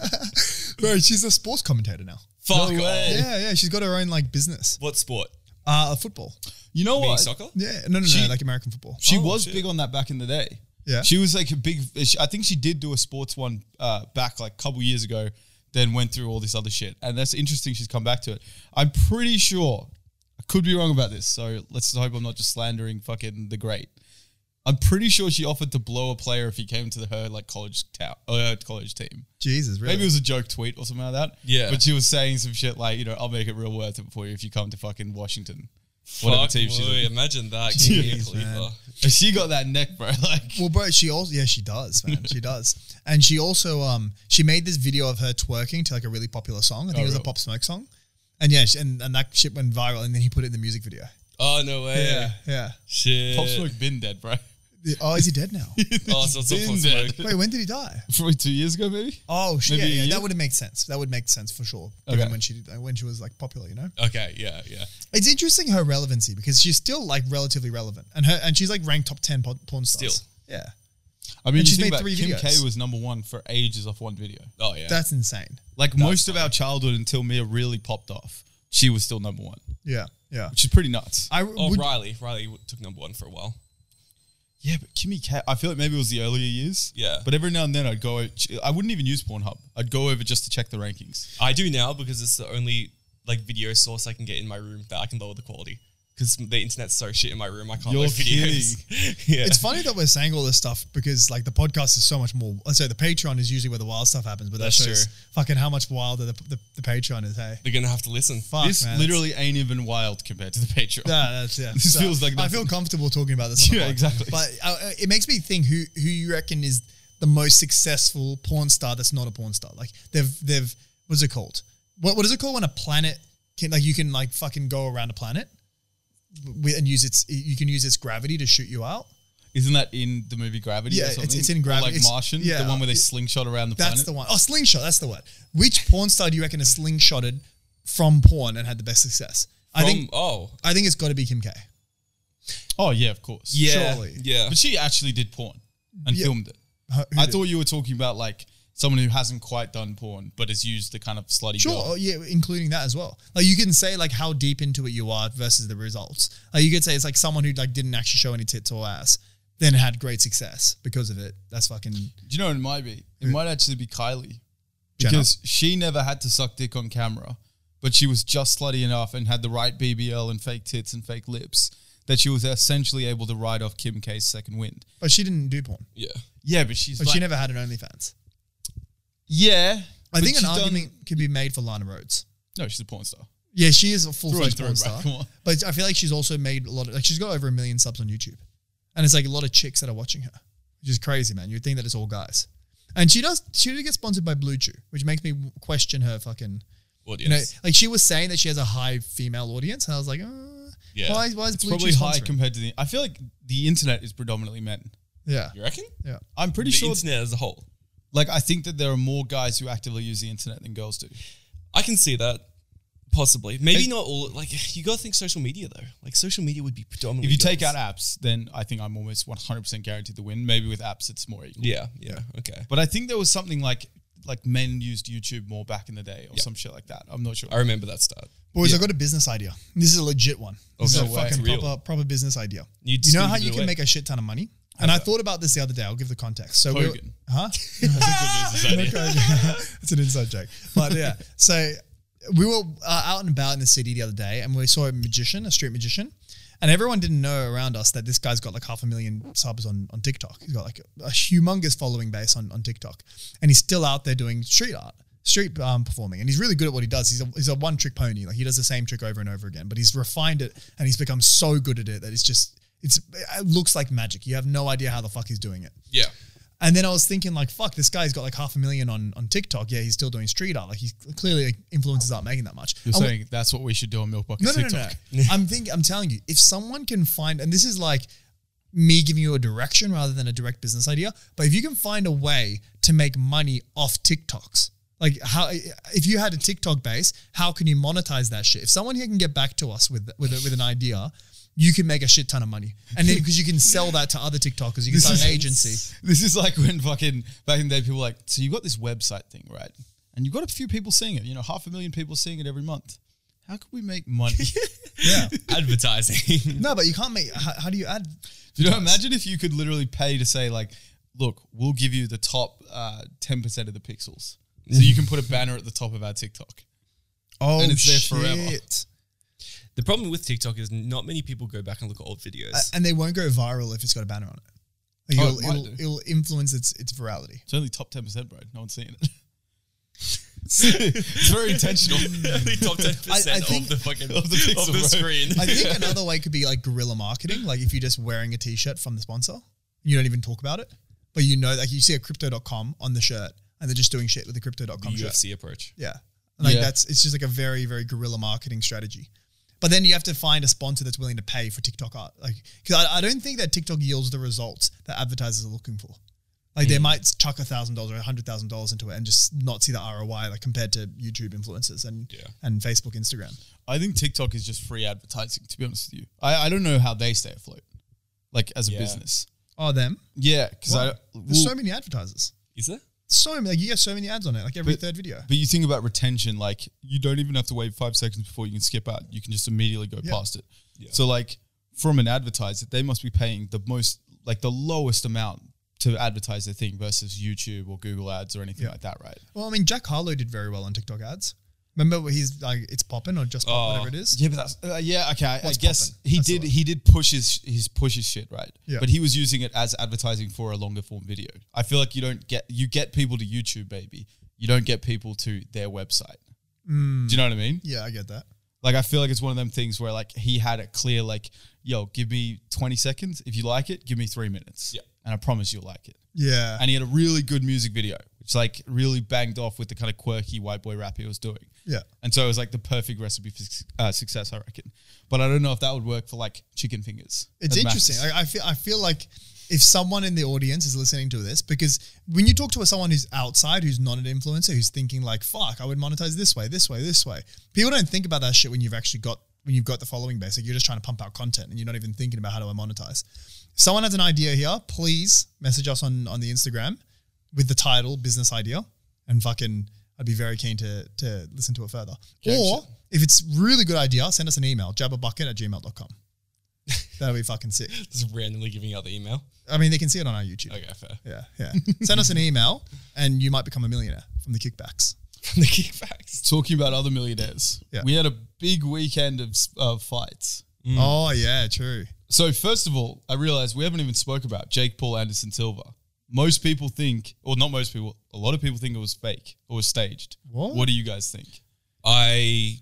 Speaker 1: bro, she's a sports commentator now.
Speaker 2: Fuck
Speaker 3: No
Speaker 2: off.
Speaker 3: way.
Speaker 1: Yeah, yeah. She's got her own like business.
Speaker 2: What sport?
Speaker 1: Uh football.
Speaker 3: You know
Speaker 2: Being
Speaker 3: what?
Speaker 2: soccer?
Speaker 1: Yeah. No, no, no.
Speaker 3: She-
Speaker 1: like American football.
Speaker 3: She
Speaker 2: Oh,
Speaker 3: was
Speaker 2: shit.
Speaker 3: big on that back in the day.
Speaker 1: Yeah.
Speaker 3: She was like a big, she- I think she did do a sports one uh, back like a couple years ago, then went through all this other shit. And that's interesting. She's come back to it. I'm pretty sure, I could be wrong about this. So let's hope I'm not just slandering fucking the great. I'm pretty sure she offered to blow a player if he came to her like college, ta- uh, college team.
Speaker 1: Jesus, really?
Speaker 3: Maybe it was a joke tweet or something like that.
Speaker 2: Yeah.
Speaker 3: But she was saying some shit like, you know, I'll make it real worth it for you if you come to fucking Washington. Whatever
Speaker 2: Fuck,
Speaker 3: team she's
Speaker 2: boy,
Speaker 3: in.
Speaker 2: imagine that.
Speaker 3: Jeez,
Speaker 2: Give me a
Speaker 1: man.
Speaker 2: Khalifa.
Speaker 3: And she got that neck, bro. Like,
Speaker 1: Well, bro, she also yeah, she does, man, she does, and she also um she made this video of her twerking to like a really popular song. I think
Speaker 3: Oh,
Speaker 1: it was
Speaker 3: really?
Speaker 1: a Pop Smoke song, and yeah, she, and and that shit went viral, and then he put it in the music video.
Speaker 2: Oh no way.
Speaker 1: yeah.
Speaker 2: Shit.
Speaker 3: Pop Smoke been dead, bro.
Speaker 1: The- Oh, is he dead now?
Speaker 2: Oh, so it's not
Speaker 3: Been
Speaker 2: Pop
Speaker 3: dead.
Speaker 2: Smoke.
Speaker 1: Wait, when did he die?
Speaker 3: Probably two years ago, maybe.
Speaker 1: Oh, shit,
Speaker 3: Maybe a
Speaker 1: yeah, yeah,
Speaker 3: year?
Speaker 1: that would make sense. That would make sense for sure.
Speaker 3: Okay.
Speaker 1: Given when she did- when she was like popular, you know.
Speaker 2: Okay, yeah, yeah.
Speaker 1: It's interesting her relevancy because she's still like relatively relevant, and her and she's like ranked top ten po- porn stars.
Speaker 2: Still.
Speaker 1: yeah,
Speaker 3: I
Speaker 1: And
Speaker 3: mean, you
Speaker 1: she's
Speaker 3: think
Speaker 1: made
Speaker 3: about
Speaker 1: three
Speaker 3: Kim
Speaker 1: videos.
Speaker 3: K was number one for ages off one video.
Speaker 2: Oh yeah.
Speaker 1: that's insane.
Speaker 3: Like most of our childhood until Mia really popped off, she was still number one,
Speaker 1: Yeah, yeah.
Speaker 3: which is pretty nuts.
Speaker 1: I
Speaker 2: oh,
Speaker 1: would-
Speaker 2: Riley. Riley w- took number one for a while.
Speaker 3: yeah, but Kimmy K, I feel like maybe it was the earlier years.
Speaker 2: Yeah.
Speaker 3: But every now and then I'd go, I wouldn't even use Pornhub. I'd go over just to check the rankings.
Speaker 2: I do now because it's the only like video source I can get in my room that I can lower the quality because the internet's so shit in my room. I can't
Speaker 3: You're
Speaker 2: load videos. yeah.
Speaker 1: It's funny that we're saying all this stuff because like the podcast is so much more. Let's say the Patreon is usually where the wild stuff happens, but that
Speaker 2: That's
Speaker 1: shows
Speaker 2: true.
Speaker 1: fucking how much wilder the, the, the Patreon is. Hey,
Speaker 2: They're gonna have to listen.
Speaker 1: fuck,
Speaker 3: this
Speaker 1: man,
Speaker 3: literally ain't even wild compared to the Patreon.
Speaker 1: it's- Yeah, that's yeah.
Speaker 3: This feels like
Speaker 1: I
Speaker 3: nothing.
Speaker 1: feel comfortable talking about this. on the
Speaker 3: Yeah,
Speaker 1: pod.
Speaker 3: exactly.
Speaker 1: But uh, uh, it makes me think who who you reckon is the most successful porn star that's not a porn star. Like they've they've what's it called? What what is it called when a planet can like you can like fucking go around a planet with, and use its you can use its gravity to shoot you out.
Speaker 3: Isn't that in the movie Gravity?
Speaker 1: Yeah,
Speaker 3: or
Speaker 1: it's-
Speaker 3: something?
Speaker 1: it's in
Speaker 3: Or
Speaker 1: Gravity.
Speaker 3: like
Speaker 1: It's-
Speaker 3: Martian, the
Speaker 1: yeah.
Speaker 3: one where they slingshot around the
Speaker 1: That's
Speaker 3: planet.
Speaker 1: the one. Oh, slingshot. That's the word. Which porn star do you reckon is slingshotted from porn and had the best success? I
Speaker 2: From-
Speaker 1: think
Speaker 2: Oh.
Speaker 1: I think it's got to be Kim K.
Speaker 3: oh yeah, of course.
Speaker 2: Yeah.
Speaker 1: Surely.
Speaker 2: Yeah.
Speaker 3: But she actually did porn and
Speaker 1: Yeah.
Speaker 3: filmed it.
Speaker 1: Her- who
Speaker 3: I
Speaker 1: did-
Speaker 3: thought you were talking about like someone who hasn't quite done porn but has used the kind of slutty
Speaker 1: Sure,
Speaker 3: girl.
Speaker 1: oh, yeah, including that as well. Like you can say like how deep into it you are versus the results. Like you could say it's like someone who like didn't actually show any tits or ass, then had great success because of it. That's fucking
Speaker 3: Do you know what it might be? It might actually be Kylie
Speaker 1: Jenner.
Speaker 3: because she never had to suck dick on camera, but she was just slutty enough and had the right BBL and fake tits and fake lips that she was essentially able to ride off Kim K's second wind.
Speaker 1: But she didn't do porn.
Speaker 2: Yeah.
Speaker 3: Yeah, but she's
Speaker 1: But
Speaker 3: like,
Speaker 1: she never had an OnlyFans.
Speaker 3: yeah.
Speaker 1: I
Speaker 3: but
Speaker 1: think an
Speaker 3: she's done-
Speaker 1: argument could be made for Lana Rhodes.
Speaker 3: No, she's a porn star.
Speaker 1: Yeah, she is a full
Speaker 3: Through and
Speaker 1: fledged
Speaker 3: through,
Speaker 1: porn star.
Speaker 3: bro, come on.
Speaker 1: But I feel like she's also made a lot of like she's got over a million subs on YouTube, and it's like a lot of chicks that are watching her, which is crazy, man. You'd think that it's all guys, and she does. She did get sponsored by Blue Chew, which makes me question her fucking. You know,
Speaker 2: Audience.
Speaker 1: like she was saying that she has a high female audience, and I was like, uh,
Speaker 2: Yeah.
Speaker 1: why, why is Blue
Speaker 3: Probably
Speaker 1: Chew
Speaker 3: high
Speaker 1: sponsoring?
Speaker 3: compared to the. I feel like the internet is predominantly men.
Speaker 1: yeah,
Speaker 2: you reckon?
Speaker 1: yeah.
Speaker 3: I'm pretty
Speaker 2: The
Speaker 3: sure,
Speaker 2: internet as a whole.
Speaker 3: like, I think that there are more guys who actively use the internet than girls do.
Speaker 2: I can see that. Possibly. Maybe
Speaker 3: Hey-
Speaker 2: not all. Like, you gotta think social media though. Like, social media would be predominantly.
Speaker 3: If you take
Speaker 2: girls.
Speaker 3: out apps, then I think I'm almost 100% guaranteed to win. Maybe with apps, it's more equal.
Speaker 2: Yeah. Yeah. Okay.
Speaker 3: But I think there was something like like men used YouTube more back in the day or some shit like that. I'm not sure.
Speaker 2: I remember that start.
Speaker 1: Boys, I got a business idea. This is a legit one. This
Speaker 3: Okay.
Speaker 1: is
Speaker 3: No
Speaker 1: a
Speaker 3: way.
Speaker 1: fucking
Speaker 2: It's real.
Speaker 1: proper, proper business idea.
Speaker 2: You
Speaker 1: You,
Speaker 2: just
Speaker 1: know
Speaker 2: didn't
Speaker 1: how
Speaker 2: give
Speaker 1: you
Speaker 2: it
Speaker 1: can
Speaker 2: away.
Speaker 1: make a shit ton of money? And I thought about this the other day. I'll give the context. So, we were-
Speaker 3: Hogan.
Speaker 1: huh?
Speaker 3: That's a good business idea.
Speaker 1: it's an inside joke. But yeah, so we were uh, out and about in the city the other day, and we saw a magician, a street magician, and everyone didn't know around us that this guy's got like half a million subs on on TikTok. He's got like a, humongous following base on on TikTok, and he's still out there doing street art. Street um, performing, and he's really good at what he does. He's a, he's a one trick pony. Like he does the same trick over and over again, but he's refined it and he's become so good at it that it's just it's it looks like magic. You have no idea how the fuck he's doing it.
Speaker 2: Yeah.
Speaker 1: And then I was thinking, like, fuck, this guy's got like half a million on, on TikTok. Yeah, he's still doing street art. Like, he clearly like, influencers aren't making that much.
Speaker 3: You're
Speaker 1: And
Speaker 3: saying that's what we should do on Milk Bucket
Speaker 1: no, no, no,
Speaker 3: TikTok.
Speaker 1: no. I'm think I'm telling you, if someone can find, and this is like me giving you a direction rather than a direct business idea, but if you can find a way to make money off TikToks, like how if you had a TikTok base, how can you monetize that shit? If someone here can get back to us with with a, with an idea. You can make a shit ton of money, and then because you can sell that to other TikTokers, you can start an agency.
Speaker 3: This is like when fucking back in the day, people were like, so you've got this website thing, right? And you've got a few people seeing it, you know, half a million people seeing it every month. How could we make money?
Speaker 1: Yeah,
Speaker 2: Advertising.
Speaker 1: no, but you can't make. How, how do you add?
Speaker 3: you know, imagine if you could literally pay to say, like, look, we'll give you the top uh, 10% of the pixels. So you can put a banner at the top of our TikTok.
Speaker 1: Oh
Speaker 3: it's there forever.
Speaker 1: shit.
Speaker 2: the problem with TikTok is not many people go back and look at old videos.
Speaker 1: Uh, and they won't go viral if it's got a banner on it. Like,
Speaker 3: Oh, it
Speaker 1: it'll,
Speaker 3: might
Speaker 1: it'll,
Speaker 3: do.
Speaker 1: it'll influence its its virality.
Speaker 3: It's only top 10%, bro. No one's seeing it. it's very intentional.
Speaker 2: Only top ten
Speaker 1: I- I
Speaker 2: percent
Speaker 1: think-
Speaker 2: of the fucking
Speaker 3: of
Speaker 2: of
Speaker 3: the
Speaker 2: the,
Speaker 3: pixel, right?
Speaker 2: screen.
Speaker 1: I think another way could be like guerrilla marketing. Like if you're just wearing a t-shirt from the sponsor, you don't even talk about it, but you know, like you see a crypto.com on the shirt and they're just doing shit with the crypto.com
Speaker 2: the
Speaker 1: shirt.
Speaker 2: UFC approach.
Speaker 1: Yeah. And like
Speaker 3: Yeah.
Speaker 1: that's, it's just like a very, very guerrilla marketing strategy. But then you have to find a sponsor that's willing to pay for TikTok art. Like, cause I, I don't think that TikTok yields the results that advertisers are looking for. Like
Speaker 3: Mm.
Speaker 1: they might chuck a thousand dollars or a hundred thousand dollars into it and just not see the ROI like compared to YouTube influencers and,
Speaker 2: Yeah.
Speaker 1: and Facebook, Instagram.
Speaker 3: I think TikTok is just free advertising, to be honest with you. I, I don't know how they stay afloat, like as a
Speaker 2: Yeah.
Speaker 3: business.
Speaker 1: Oh, them.
Speaker 3: Yeah, because I.
Speaker 1: There's
Speaker 3: well,
Speaker 1: so many advertisers.
Speaker 2: Is there?
Speaker 1: so many, like you get so many ads on it, like every
Speaker 3: But-
Speaker 1: third video.
Speaker 3: but you think about retention, like you don't even have to wait five seconds before you can skip out. You can just immediately go
Speaker 1: Yeah.
Speaker 3: past it.
Speaker 2: Yeah.
Speaker 3: So, like from an advertiser, they must be paying the most, like the lowest amount to advertise their thing versus YouTube or Google Ads or anything
Speaker 1: Yeah.
Speaker 3: like that, right?
Speaker 1: Well, I mean, Jack Harlow did very well on TikTok ads. Remember, where he's like, it's popping or just pop,
Speaker 2: Oh,
Speaker 1: whatever it is.
Speaker 3: Yeah, but that's uh, yeah. Okay, I, I
Speaker 1: What's
Speaker 3: guess
Speaker 1: poppin'?
Speaker 3: he
Speaker 1: That's the
Speaker 3: did.
Speaker 1: one.
Speaker 3: He did push his his push his shit right.
Speaker 1: Yeah.
Speaker 3: But he was using it as advertising for a longer form video. I feel like you don't get you get people to YouTube, baby. You don't get people to their website. Do you know what I mean?
Speaker 1: Hmm. Yeah, I get that.
Speaker 3: Like I feel like it's one of them things where like he had it clear, like, yo, give me twenty seconds. If you like it, give me three minutes.
Speaker 2: Yeah.
Speaker 3: And I promise you'll like it.
Speaker 1: Yeah,
Speaker 3: And he had a really good music video, which like really banged off with the kind of quirky white boy rap he was doing.
Speaker 1: yeah.
Speaker 3: And so it was like the perfect recipe for suc- uh, success, I reckon. But I don't know if that would work for like chicken fingers.
Speaker 1: It's
Speaker 3: at
Speaker 1: interesting.
Speaker 3: Macca's.
Speaker 1: I, I feel, I feel like if someone in the audience is listening to this, because when you talk to someone who's outside, who's not an influencer, who's thinking like, "Fuck, I would monetize this way, this way, this way," people don't think about that shit when you've actually got when you've got the following base. Like you're just trying to pump out content, and you're not even thinking about how do I monetize. Someone has an idea here. Please message us on on the Instagram. with the title business idea and fucking I'd be very keen to to listen to it further. or if it's really good idea, send us an email, jabberbucket at gmail.com. That'll be fucking sick.
Speaker 2: Just randomly giving out the email.
Speaker 1: I mean they can see it on our YouTube.
Speaker 2: Okay, fair.
Speaker 1: Yeah, yeah. Send us an email and you might become a millionaire from the kickbacks.
Speaker 2: From the kickbacks.
Speaker 3: Talking about other millionaires,
Speaker 1: Yeah.
Speaker 3: we had a big weekend of, s- of fights.
Speaker 1: Oh yeah, true.
Speaker 3: So first of all, I realized we haven't even spoke about Jake Paul Anderson Silva. Most people think, or not most people, a lot of people think it was fake or was staged.
Speaker 1: What?
Speaker 3: What do you guys think?
Speaker 2: I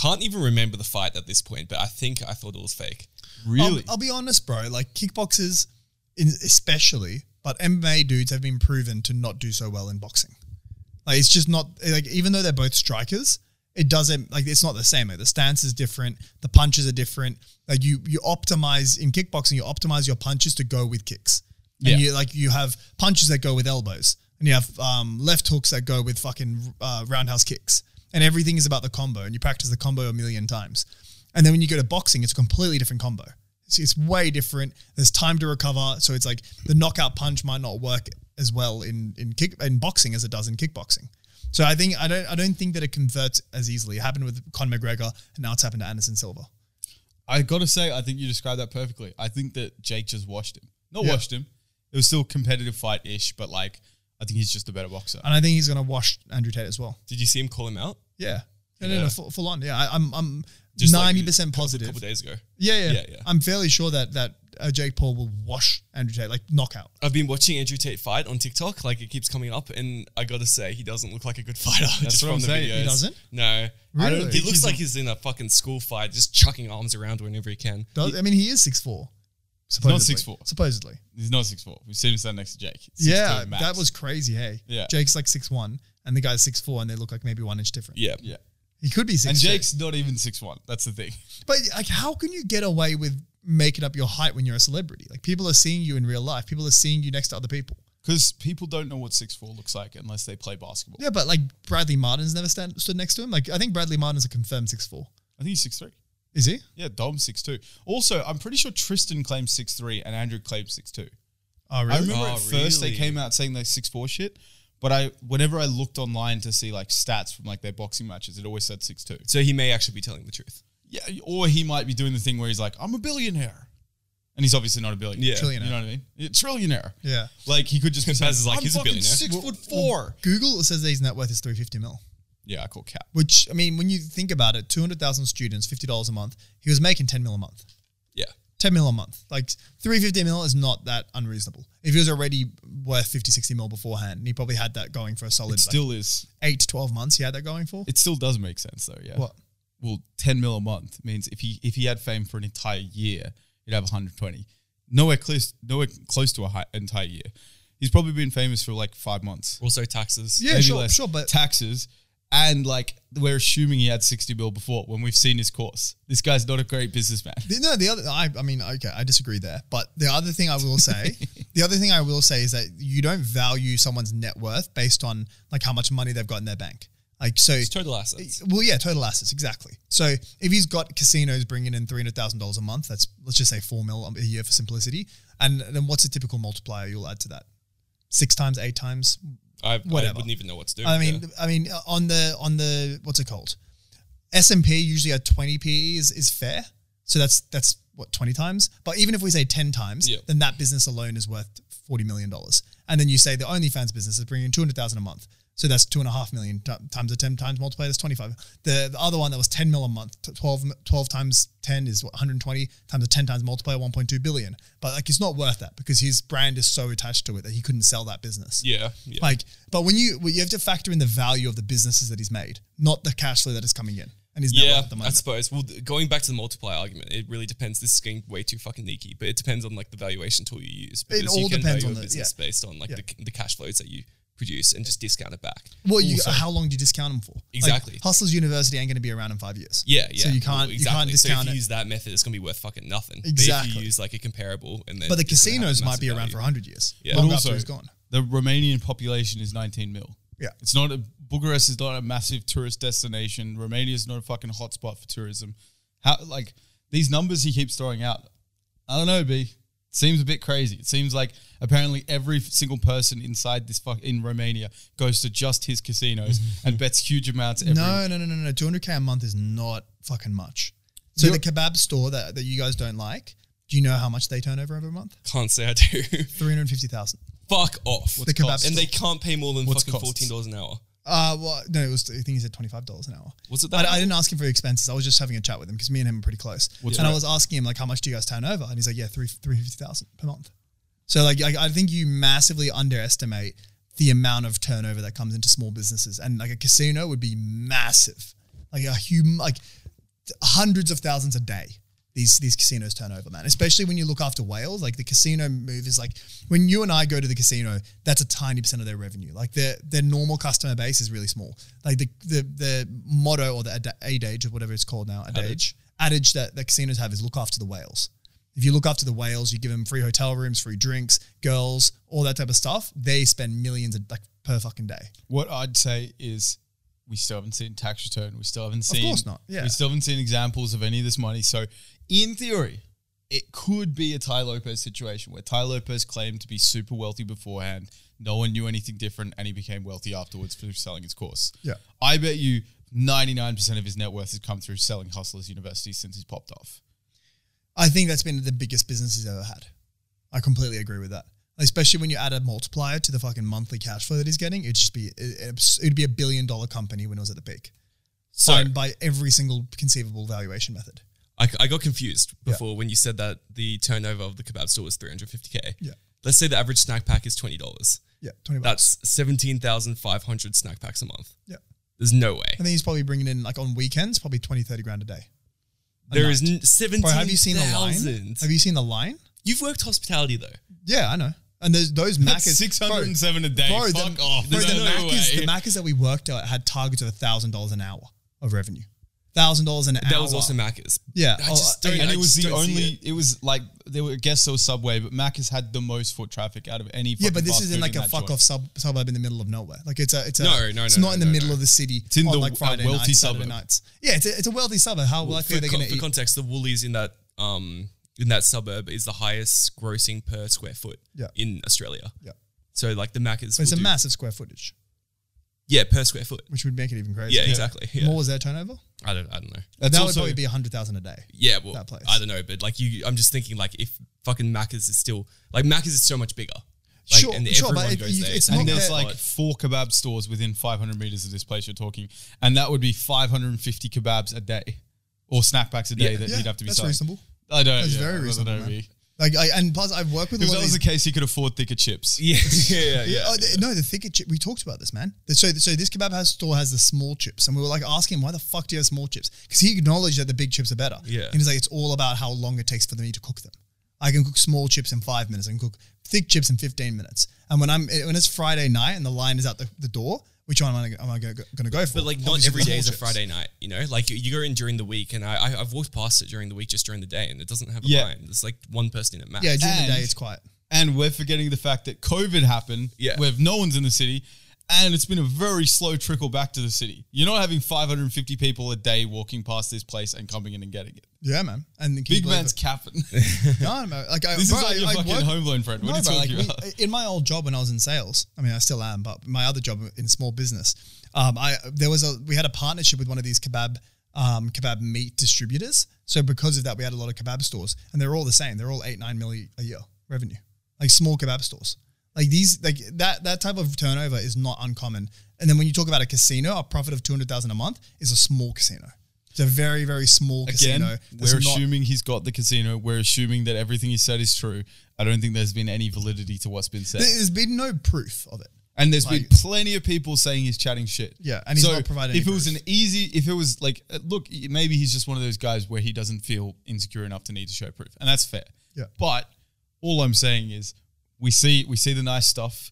Speaker 2: can't even remember the fight at this point, but I think I thought it was fake.
Speaker 3: Really?
Speaker 1: I'll, I'll be honest, bro. Like kickboxers, in, especially, but MMA dudes have been proven to not do so well in boxing. Like it's just not like even though they're both strikers, it doesn't like it's not the same. Like the stance is different, the punches are different. Like you you optimize in kickboxing, you optimize your punches to go with kicks. And
Speaker 3: Yeah.
Speaker 1: you like you have punches that go with elbows, and you have um, left hooks that go with fucking uh, roundhouse kicks, and everything is about the combo. And you practice the combo a million times, and then when you go to boxing, it's a completely different combo. It's, it's way different. There's time to recover, so it's like the knockout punch might not work as well in in kick in boxing as it does in kickboxing. So I think I don't I don't think that it converts as easily. It happened with Conor McGregor, and now it's happened to Anderson Silva.
Speaker 3: I gotta say, I think you described that perfectly. I think that Jake just watched him. Not
Speaker 1: Yeah.
Speaker 3: watched him. It was still competitive fight ish, but like I think he's just a better boxer.
Speaker 1: And I think he's gonna wash Andrew Tate as well.
Speaker 2: Did you see him call him out
Speaker 1: Yeah. No, no, no,
Speaker 2: Yeah.
Speaker 1: full, full on. Yeah, I, I'm, I'm
Speaker 2: Just like
Speaker 1: ninety percent
Speaker 2: a
Speaker 1: positive.
Speaker 2: couple days ago?
Speaker 1: yeah, yeah,
Speaker 2: Yeah, yeah.
Speaker 1: I'm fairly sure that that uh, Jake Paul will wash Andrew Tate like knockout.
Speaker 2: I've been watching Andrew Tate fight on TikTok. Like it keeps coming up, and I gotta say, he doesn't look like a good fighter. just
Speaker 3: what
Speaker 2: from
Speaker 3: I'm
Speaker 2: the
Speaker 3: saying.
Speaker 2: videos,
Speaker 3: He
Speaker 1: doesn't?
Speaker 2: No,
Speaker 1: Really?
Speaker 2: I don't, he
Speaker 1: He's
Speaker 2: looks
Speaker 1: not-
Speaker 2: like he's in a fucking school fight, just chucking arms around whenever he can.
Speaker 1: Does, I mean, he is six four. Supposedly.
Speaker 3: 6'4".
Speaker 1: Supposedly.
Speaker 3: He's not six four. We've seen him stand next to Jake. Six
Speaker 1: yeah,
Speaker 3: two max.
Speaker 1: that was crazy. Hey,
Speaker 3: Yeah.
Speaker 1: Jake's like six one, and the guy's six four, and they look like maybe one inch different.
Speaker 2: Yeah.
Speaker 3: yeah.
Speaker 1: He could be six.
Speaker 3: And Jake's not even six one. That's the thing.
Speaker 1: but like, how can you get away with making up your height when you're a celebrity? Like, people are seeing you in real life. People are seeing you next to other people.
Speaker 3: Because people don't know what six four looks like unless they play basketball.
Speaker 1: Yeah, but like Bradley Martin's never stand, stood next to him. Like, I think Bradley Martin's a confirmed six four.
Speaker 3: I think he's six three.
Speaker 1: Is he?
Speaker 3: Yeah, Dom six two. Also, I'm pretty sure Tristan claims six three and Andrew claims six two.
Speaker 1: Oh,
Speaker 3: I remember
Speaker 2: Oh,
Speaker 3: at first they
Speaker 2: really?
Speaker 3: came out saying they six four shit, but I whenever I looked online to see like stats from like their boxing matches, it always said six two.
Speaker 2: So he may actually be telling the truth.
Speaker 3: Yeah, or he might be doing the thing where he's like, I'm a billionaire, and he's obviously not a
Speaker 2: Yeah.
Speaker 3: billionaire. you know what I mean? Yeah, trillionaire.
Speaker 1: Yeah.
Speaker 3: Like he could just be
Speaker 2: Paz is like,
Speaker 3: I'm
Speaker 2: he's a
Speaker 3: fucking
Speaker 2: billionaire.
Speaker 3: Six foot four.
Speaker 1: Google says that his net worth is three fifty mil.
Speaker 3: Yeah, I call cap.
Speaker 1: Which I mean, when you think about it, two hundred thousand students, fifty dollars a month. He was making ten mil a month.
Speaker 2: Yeah.
Speaker 1: 10 mil a month. Like 350 mil is not that unreasonable. If he was already worth 50, 60 mil beforehand, and he probably had that going for a solid
Speaker 3: It still is.
Speaker 1: like, 8 to 12 months, he had that going for.
Speaker 3: It still does make sense though. Yeah.
Speaker 1: What?
Speaker 3: Well, ten mil a month means if he if he had fame for an entire year, he'd have 120. Nowhere close. Nowhere close to a high, entire year. He's probably been famous for like five months.
Speaker 2: Also taxes.
Speaker 1: Yeah,
Speaker 3: maybe
Speaker 1: sure,
Speaker 3: less
Speaker 1: sure, but
Speaker 3: taxes and like we're assuming he had 60 mil before when we've seen his course this guy's not a great businessman
Speaker 1: the, no, the other, I, I mean, okay, I disagree there. But the other thing I will say, the other thing I will say is that you don't value someone's net worth based on like how much money they've got in their bank. Like, so
Speaker 2: It's total assets.
Speaker 1: Well, yeah, total assets, exactly. So if he's got casinos bringing in three hundred thousand dollars a month, that's let's just say four mil a year for simplicity. And then what's a typical multiplier you'll add to that? Six times, eight times.
Speaker 2: I, I
Speaker 1: Whatever.
Speaker 2: wouldn't even know what to do.
Speaker 1: I mean,
Speaker 2: Yeah.
Speaker 1: I mean, on the on the what's it called? S and P usually at twenty PE is is fair. So that's that's what twenty times. But even if we say ten times,
Speaker 2: Yeah.
Speaker 1: then that business alone is worth forty million dollars. And then you say the OnlyFans business is bringing two hundred thousand a month. So that's two and a half million t- times a ten times multiplier. That's twenty five. The, the other one that was ten mil a month. t- 12, m- 12 times ten is what one hundred twenty times a ten times multiplier one point two billion. But like it's not worth that because his brand is so attached to it that he couldn't sell that business.
Speaker 2: yeah. yeah.
Speaker 1: Like, but when you well, you have to factor in the value of the businesses that he's made, not the cash flow that is coming in and his net
Speaker 2: yeah,
Speaker 1: worth at the
Speaker 2: I
Speaker 1: moment.
Speaker 2: suppose. Well, th- going back to the multiplier argument, it really depends. This is getting way too fucking leaky, but it depends on like the valuation tool you use. Because
Speaker 1: all
Speaker 2: you can
Speaker 1: depends
Speaker 2: value
Speaker 1: on
Speaker 2: a
Speaker 1: the-
Speaker 2: business
Speaker 1: yeah.
Speaker 2: based on like
Speaker 1: Yeah.
Speaker 2: the, c- the cash flows that you produce and just discount it back.
Speaker 1: Well, you, uh, how long do you discount them for? Like,
Speaker 2: Exactly.
Speaker 1: Hustlers University ain't going to be around in five years.
Speaker 2: Yeah, yeah.
Speaker 1: So you can't
Speaker 2: Well,
Speaker 1: you can't
Speaker 2: exactly.
Speaker 1: discount
Speaker 2: so if
Speaker 1: it.
Speaker 2: you use that method, it's gonna be worth fucking nothing. But if you
Speaker 1: Exactly.
Speaker 2: use like a comparable, and then
Speaker 1: but the
Speaker 2: it's gonna have
Speaker 1: casinos might
Speaker 2: massive
Speaker 1: be around
Speaker 2: value.
Speaker 1: for hundred years.
Speaker 2: Yeah.
Speaker 1: Yeah.
Speaker 2: But
Speaker 1: Long
Speaker 3: also-
Speaker 1: after he's gone.
Speaker 3: the romanian population is 19 mil
Speaker 1: Yeah.
Speaker 3: it's not a bucharest is not a massive tourist destination romania is not a fucking hotspot for tourism how like these numbers he keeps throwing out i don't know b seems a bit crazy it seems like apparently every single person inside this fuck in romania goes to just his casinos and bets huge amounts every
Speaker 1: No, no, no, no, no. Two hundred k a month is not fucking much. So
Speaker 3: You're-
Speaker 1: the kebab store that, that you guys don't like, do you know how much they turn over every month?
Speaker 2: Can't say I do.
Speaker 1: Three hundred fifty thousand.
Speaker 2: Fuck off.
Speaker 1: The kebab
Speaker 2: and
Speaker 1: store.
Speaker 2: they can't pay more than
Speaker 3: What's
Speaker 2: fucking
Speaker 3: costs?
Speaker 2: fourteen dollars an hour.
Speaker 1: Uh, well, no, it was. I think he said twenty five dollars an hour.
Speaker 2: Was it that?
Speaker 1: I, I didn't ask him for expenses. I was just having a chat with him because me and him are pretty close.
Speaker 3: What's
Speaker 1: and I
Speaker 3: right?
Speaker 1: was asking him like, how much do you guys turn over? And he's like, yeah, three three fifty thousand per month. So like, I, I think you massively underestimate the amount of turnover that comes into small businesses, and like a casino would be massive, like a hum, like hundreds of thousands a day. These these casinos turn over, man. Especially when you look after Wales, like the casino move is like when you and I go to the casino, that's a tiny percent of their revenue. Like their their normal customer base is really small. Like the the the motto or the ad- adage or whatever it's called now, adage adage that the casinos have is look after the whales. If you look after the whales, you give them free hotel rooms, free drinks, girls, all that type of stuff. They spend millions of, like per fucking day.
Speaker 3: What I'd say is we still haven't seen tax return. We still haven't seen.
Speaker 1: course not, yeah.
Speaker 3: We still haven't seen examples of any of this money. So, in theory, it could be a Ty Lopez situation where Ty Lopez claimed to be super wealthy beforehand. No one knew anything different, and he became wealthy afterwards through selling his course.
Speaker 1: Yeah.
Speaker 3: I bet you 99% of his net worth has come through selling Hustlers University since he's popped off.
Speaker 1: I think that's been the biggest business he's ever had. I completely agree with that. Especially when you add a multiplier to the fucking monthly cash flow that he's getting, it'd just be it- it'd be a billion dollar company when it was at the peak,
Speaker 2: So-
Speaker 1: signed by every single conceivable valuation method.
Speaker 2: I, I got confused before when you said that the turnover of the kebab store was 350k.
Speaker 1: Yeah.
Speaker 2: Let's say the average snack pack is twenty dollars.
Speaker 1: Yeah, twenty bucks.
Speaker 2: That's seventeen thousand five hundred snack packs a month.
Speaker 1: Yeah,
Speaker 2: There's no way.
Speaker 1: I think he's probably bringing in like on weekends, probably 20, 30 grand a day.
Speaker 2: There is n- seventeen
Speaker 1: Bro, have you seen the line?
Speaker 2: thousand.
Speaker 1: Have you seen the line?
Speaker 2: You've worked hospitality though.
Speaker 1: Yeah, I know. And there's those Maccas.
Speaker 3: Six hundred and seven a day.
Speaker 1: Bro, bro,
Speaker 3: Fuck
Speaker 1: the,
Speaker 3: off.
Speaker 1: bro,
Speaker 3: There's
Speaker 1: the,
Speaker 3: no
Speaker 1: Maccas,
Speaker 3: way.
Speaker 1: the Maccas that we worked at had targets of thousand dollars an hour of revenue. Thousand dollars an hour.
Speaker 2: That was also Macca's.
Speaker 1: Yeah.
Speaker 2: I just
Speaker 1: Oh,
Speaker 2: don't.
Speaker 3: and
Speaker 2: I
Speaker 3: it was
Speaker 2: just
Speaker 3: the
Speaker 2: don't see
Speaker 3: only.
Speaker 2: it.
Speaker 3: It. was like there were. I guess there was Subway, but Mac has had the most foot traffic out of any.
Speaker 1: Yeah,
Speaker 3: fucking
Speaker 1: but this
Speaker 3: fast
Speaker 1: is
Speaker 3: food
Speaker 1: in like a
Speaker 3: that
Speaker 1: fuck
Speaker 3: joint.
Speaker 1: off sub, suburb in the middle of nowhere. Like it's a it's a
Speaker 2: No, no, no,
Speaker 1: It's
Speaker 2: no,
Speaker 1: not in the
Speaker 2: no,
Speaker 1: middle
Speaker 2: no.
Speaker 1: of the city. It's
Speaker 3: in
Speaker 1: on
Speaker 3: the
Speaker 1: like
Speaker 3: w-
Speaker 1: Friday
Speaker 3: a wealthy
Speaker 1: nights, Saturday
Speaker 3: suburb.
Speaker 1: nights. Yeah, it's a, it's a wealthy suburb. How likely
Speaker 2: For,
Speaker 1: are they
Speaker 2: con-
Speaker 1: going to
Speaker 2: for
Speaker 1: eat?
Speaker 2: context, the Woolies in that um in that suburb is the highest grossing per square foot
Speaker 1: Yeah.
Speaker 2: in Australia.
Speaker 1: Yeah.
Speaker 2: So like the Macca's.
Speaker 1: But it's a
Speaker 2: will do-
Speaker 1: massive square footage,
Speaker 2: Yeah, per square foot.
Speaker 1: which would make it even crazier.
Speaker 2: Yeah, exactly. Yeah.
Speaker 1: What was their turnover?
Speaker 2: I don't. I don't know.
Speaker 3: That's
Speaker 1: that would
Speaker 3: also-
Speaker 1: probably be a hundred thousand a day.
Speaker 2: Yeah, well,
Speaker 1: that place.
Speaker 2: I don't know, but like you, I'm just thinking like if fucking Macca's is still like Macca's is so much bigger. Like,
Speaker 1: Sure, sure, but it- you- it's
Speaker 2: I
Speaker 1: not
Speaker 2: think
Speaker 3: And
Speaker 1: that-
Speaker 2: that's
Speaker 3: there's
Speaker 1: Yeah.
Speaker 3: like
Speaker 2: odd.
Speaker 3: four kebab stores within 500 meters of this place you're talking, and that would be 550 kebabs a day, or snack packs a day
Speaker 2: Yeah.
Speaker 3: that
Speaker 1: Yeah,
Speaker 3: you'd have to be
Speaker 1: that's
Speaker 3: selling.
Speaker 1: reasonable.
Speaker 3: I don't.
Speaker 1: That's
Speaker 3: yeah,
Speaker 1: very
Speaker 3: I don't
Speaker 1: reasonable,
Speaker 3: know,
Speaker 1: man.
Speaker 3: really.
Speaker 1: Like, I, and plus, I've worked with a
Speaker 3: If
Speaker 1: lot
Speaker 3: that
Speaker 1: of
Speaker 3: was
Speaker 1: these
Speaker 3: the case, you could afford thicker chips.
Speaker 2: yeah, yeah, yeah.
Speaker 1: Oh, th- no, the thicker chip. We talked about this, man. So, so this kebab house store has the small chips, and we were like asking him, "Why the fuck do you have small chips?" Because he acknowledged that the big chips are better.
Speaker 2: Yeah.
Speaker 1: and he's like, "It's all about how long it takes for me to cook them. I can cook small chips in five minutes. I can cook thick chips in fifteen minutes. And when I'm when it's Friday night and the line is out the, the door, which one am I am I going to go for?
Speaker 2: But like not
Speaker 1: Obviously,
Speaker 2: every
Speaker 1: the
Speaker 2: day is a
Speaker 1: small chips.
Speaker 2: Friday night, you know. Like you, you go in during the week, and I, I I've walked past it during the week, just during the day, and it doesn't have a
Speaker 3: Yeah.
Speaker 2: line. There's like one person in it max.
Speaker 1: Yeah, during
Speaker 3: And-
Speaker 1: the day it's quiet.
Speaker 3: And we're forgetting the fact that COVID happened,
Speaker 2: Yeah.
Speaker 3: where no one's in the city, and it's been a very slow trickle back to the city. You're not having 550 people a day walking past this place and coming in and getting it.
Speaker 1: Yeah, man. And can you
Speaker 3: Big
Speaker 1: believe
Speaker 3: man's
Speaker 1: it?
Speaker 3: capping.
Speaker 1: no, no, like I,
Speaker 3: This
Speaker 1: bro,
Speaker 3: is like
Speaker 1: I-
Speaker 3: your
Speaker 1: I
Speaker 3: fucking
Speaker 1: work-
Speaker 3: home loan friend. What
Speaker 1: No,
Speaker 3: are you
Speaker 1: bro,
Speaker 3: talking
Speaker 1: like,
Speaker 3: about?
Speaker 1: we- uh, in my old job when I was in sales, I mean, I still am, but my other job in small business, um, I there was a we had a partnership with one of these kebab um, kebab meat distributors. So because of that, we had a lot of kebab stores, and they're all the same. They're all eight nine million a year revenue, like small kebab stores. Like these, like that that type of turnover is not uncommon. And then when you talk about a casino, a profit of two hundred thousand a month is a small casino. It's a very very small
Speaker 3: Again,
Speaker 1: casino. that's
Speaker 3: we're
Speaker 1: not-
Speaker 3: assuming he's got the casino. We're assuming that everything he said is true. I don't think there's been any validity to what's been said.
Speaker 1: there's been no proof of it.
Speaker 3: and there's been
Speaker 1: like-
Speaker 3: plenty of people saying he's chatting shit.
Speaker 1: Yeah, and he's not provided any
Speaker 3: If it was an
Speaker 1: proof.
Speaker 3: easy, if it was like, uh, look, y- maybe he's just one of those guys where he doesn't feel insecure enough to need to show proof, and that's fair.
Speaker 1: Yeah.
Speaker 3: But all I'm saying is, we see we see the nice stuff.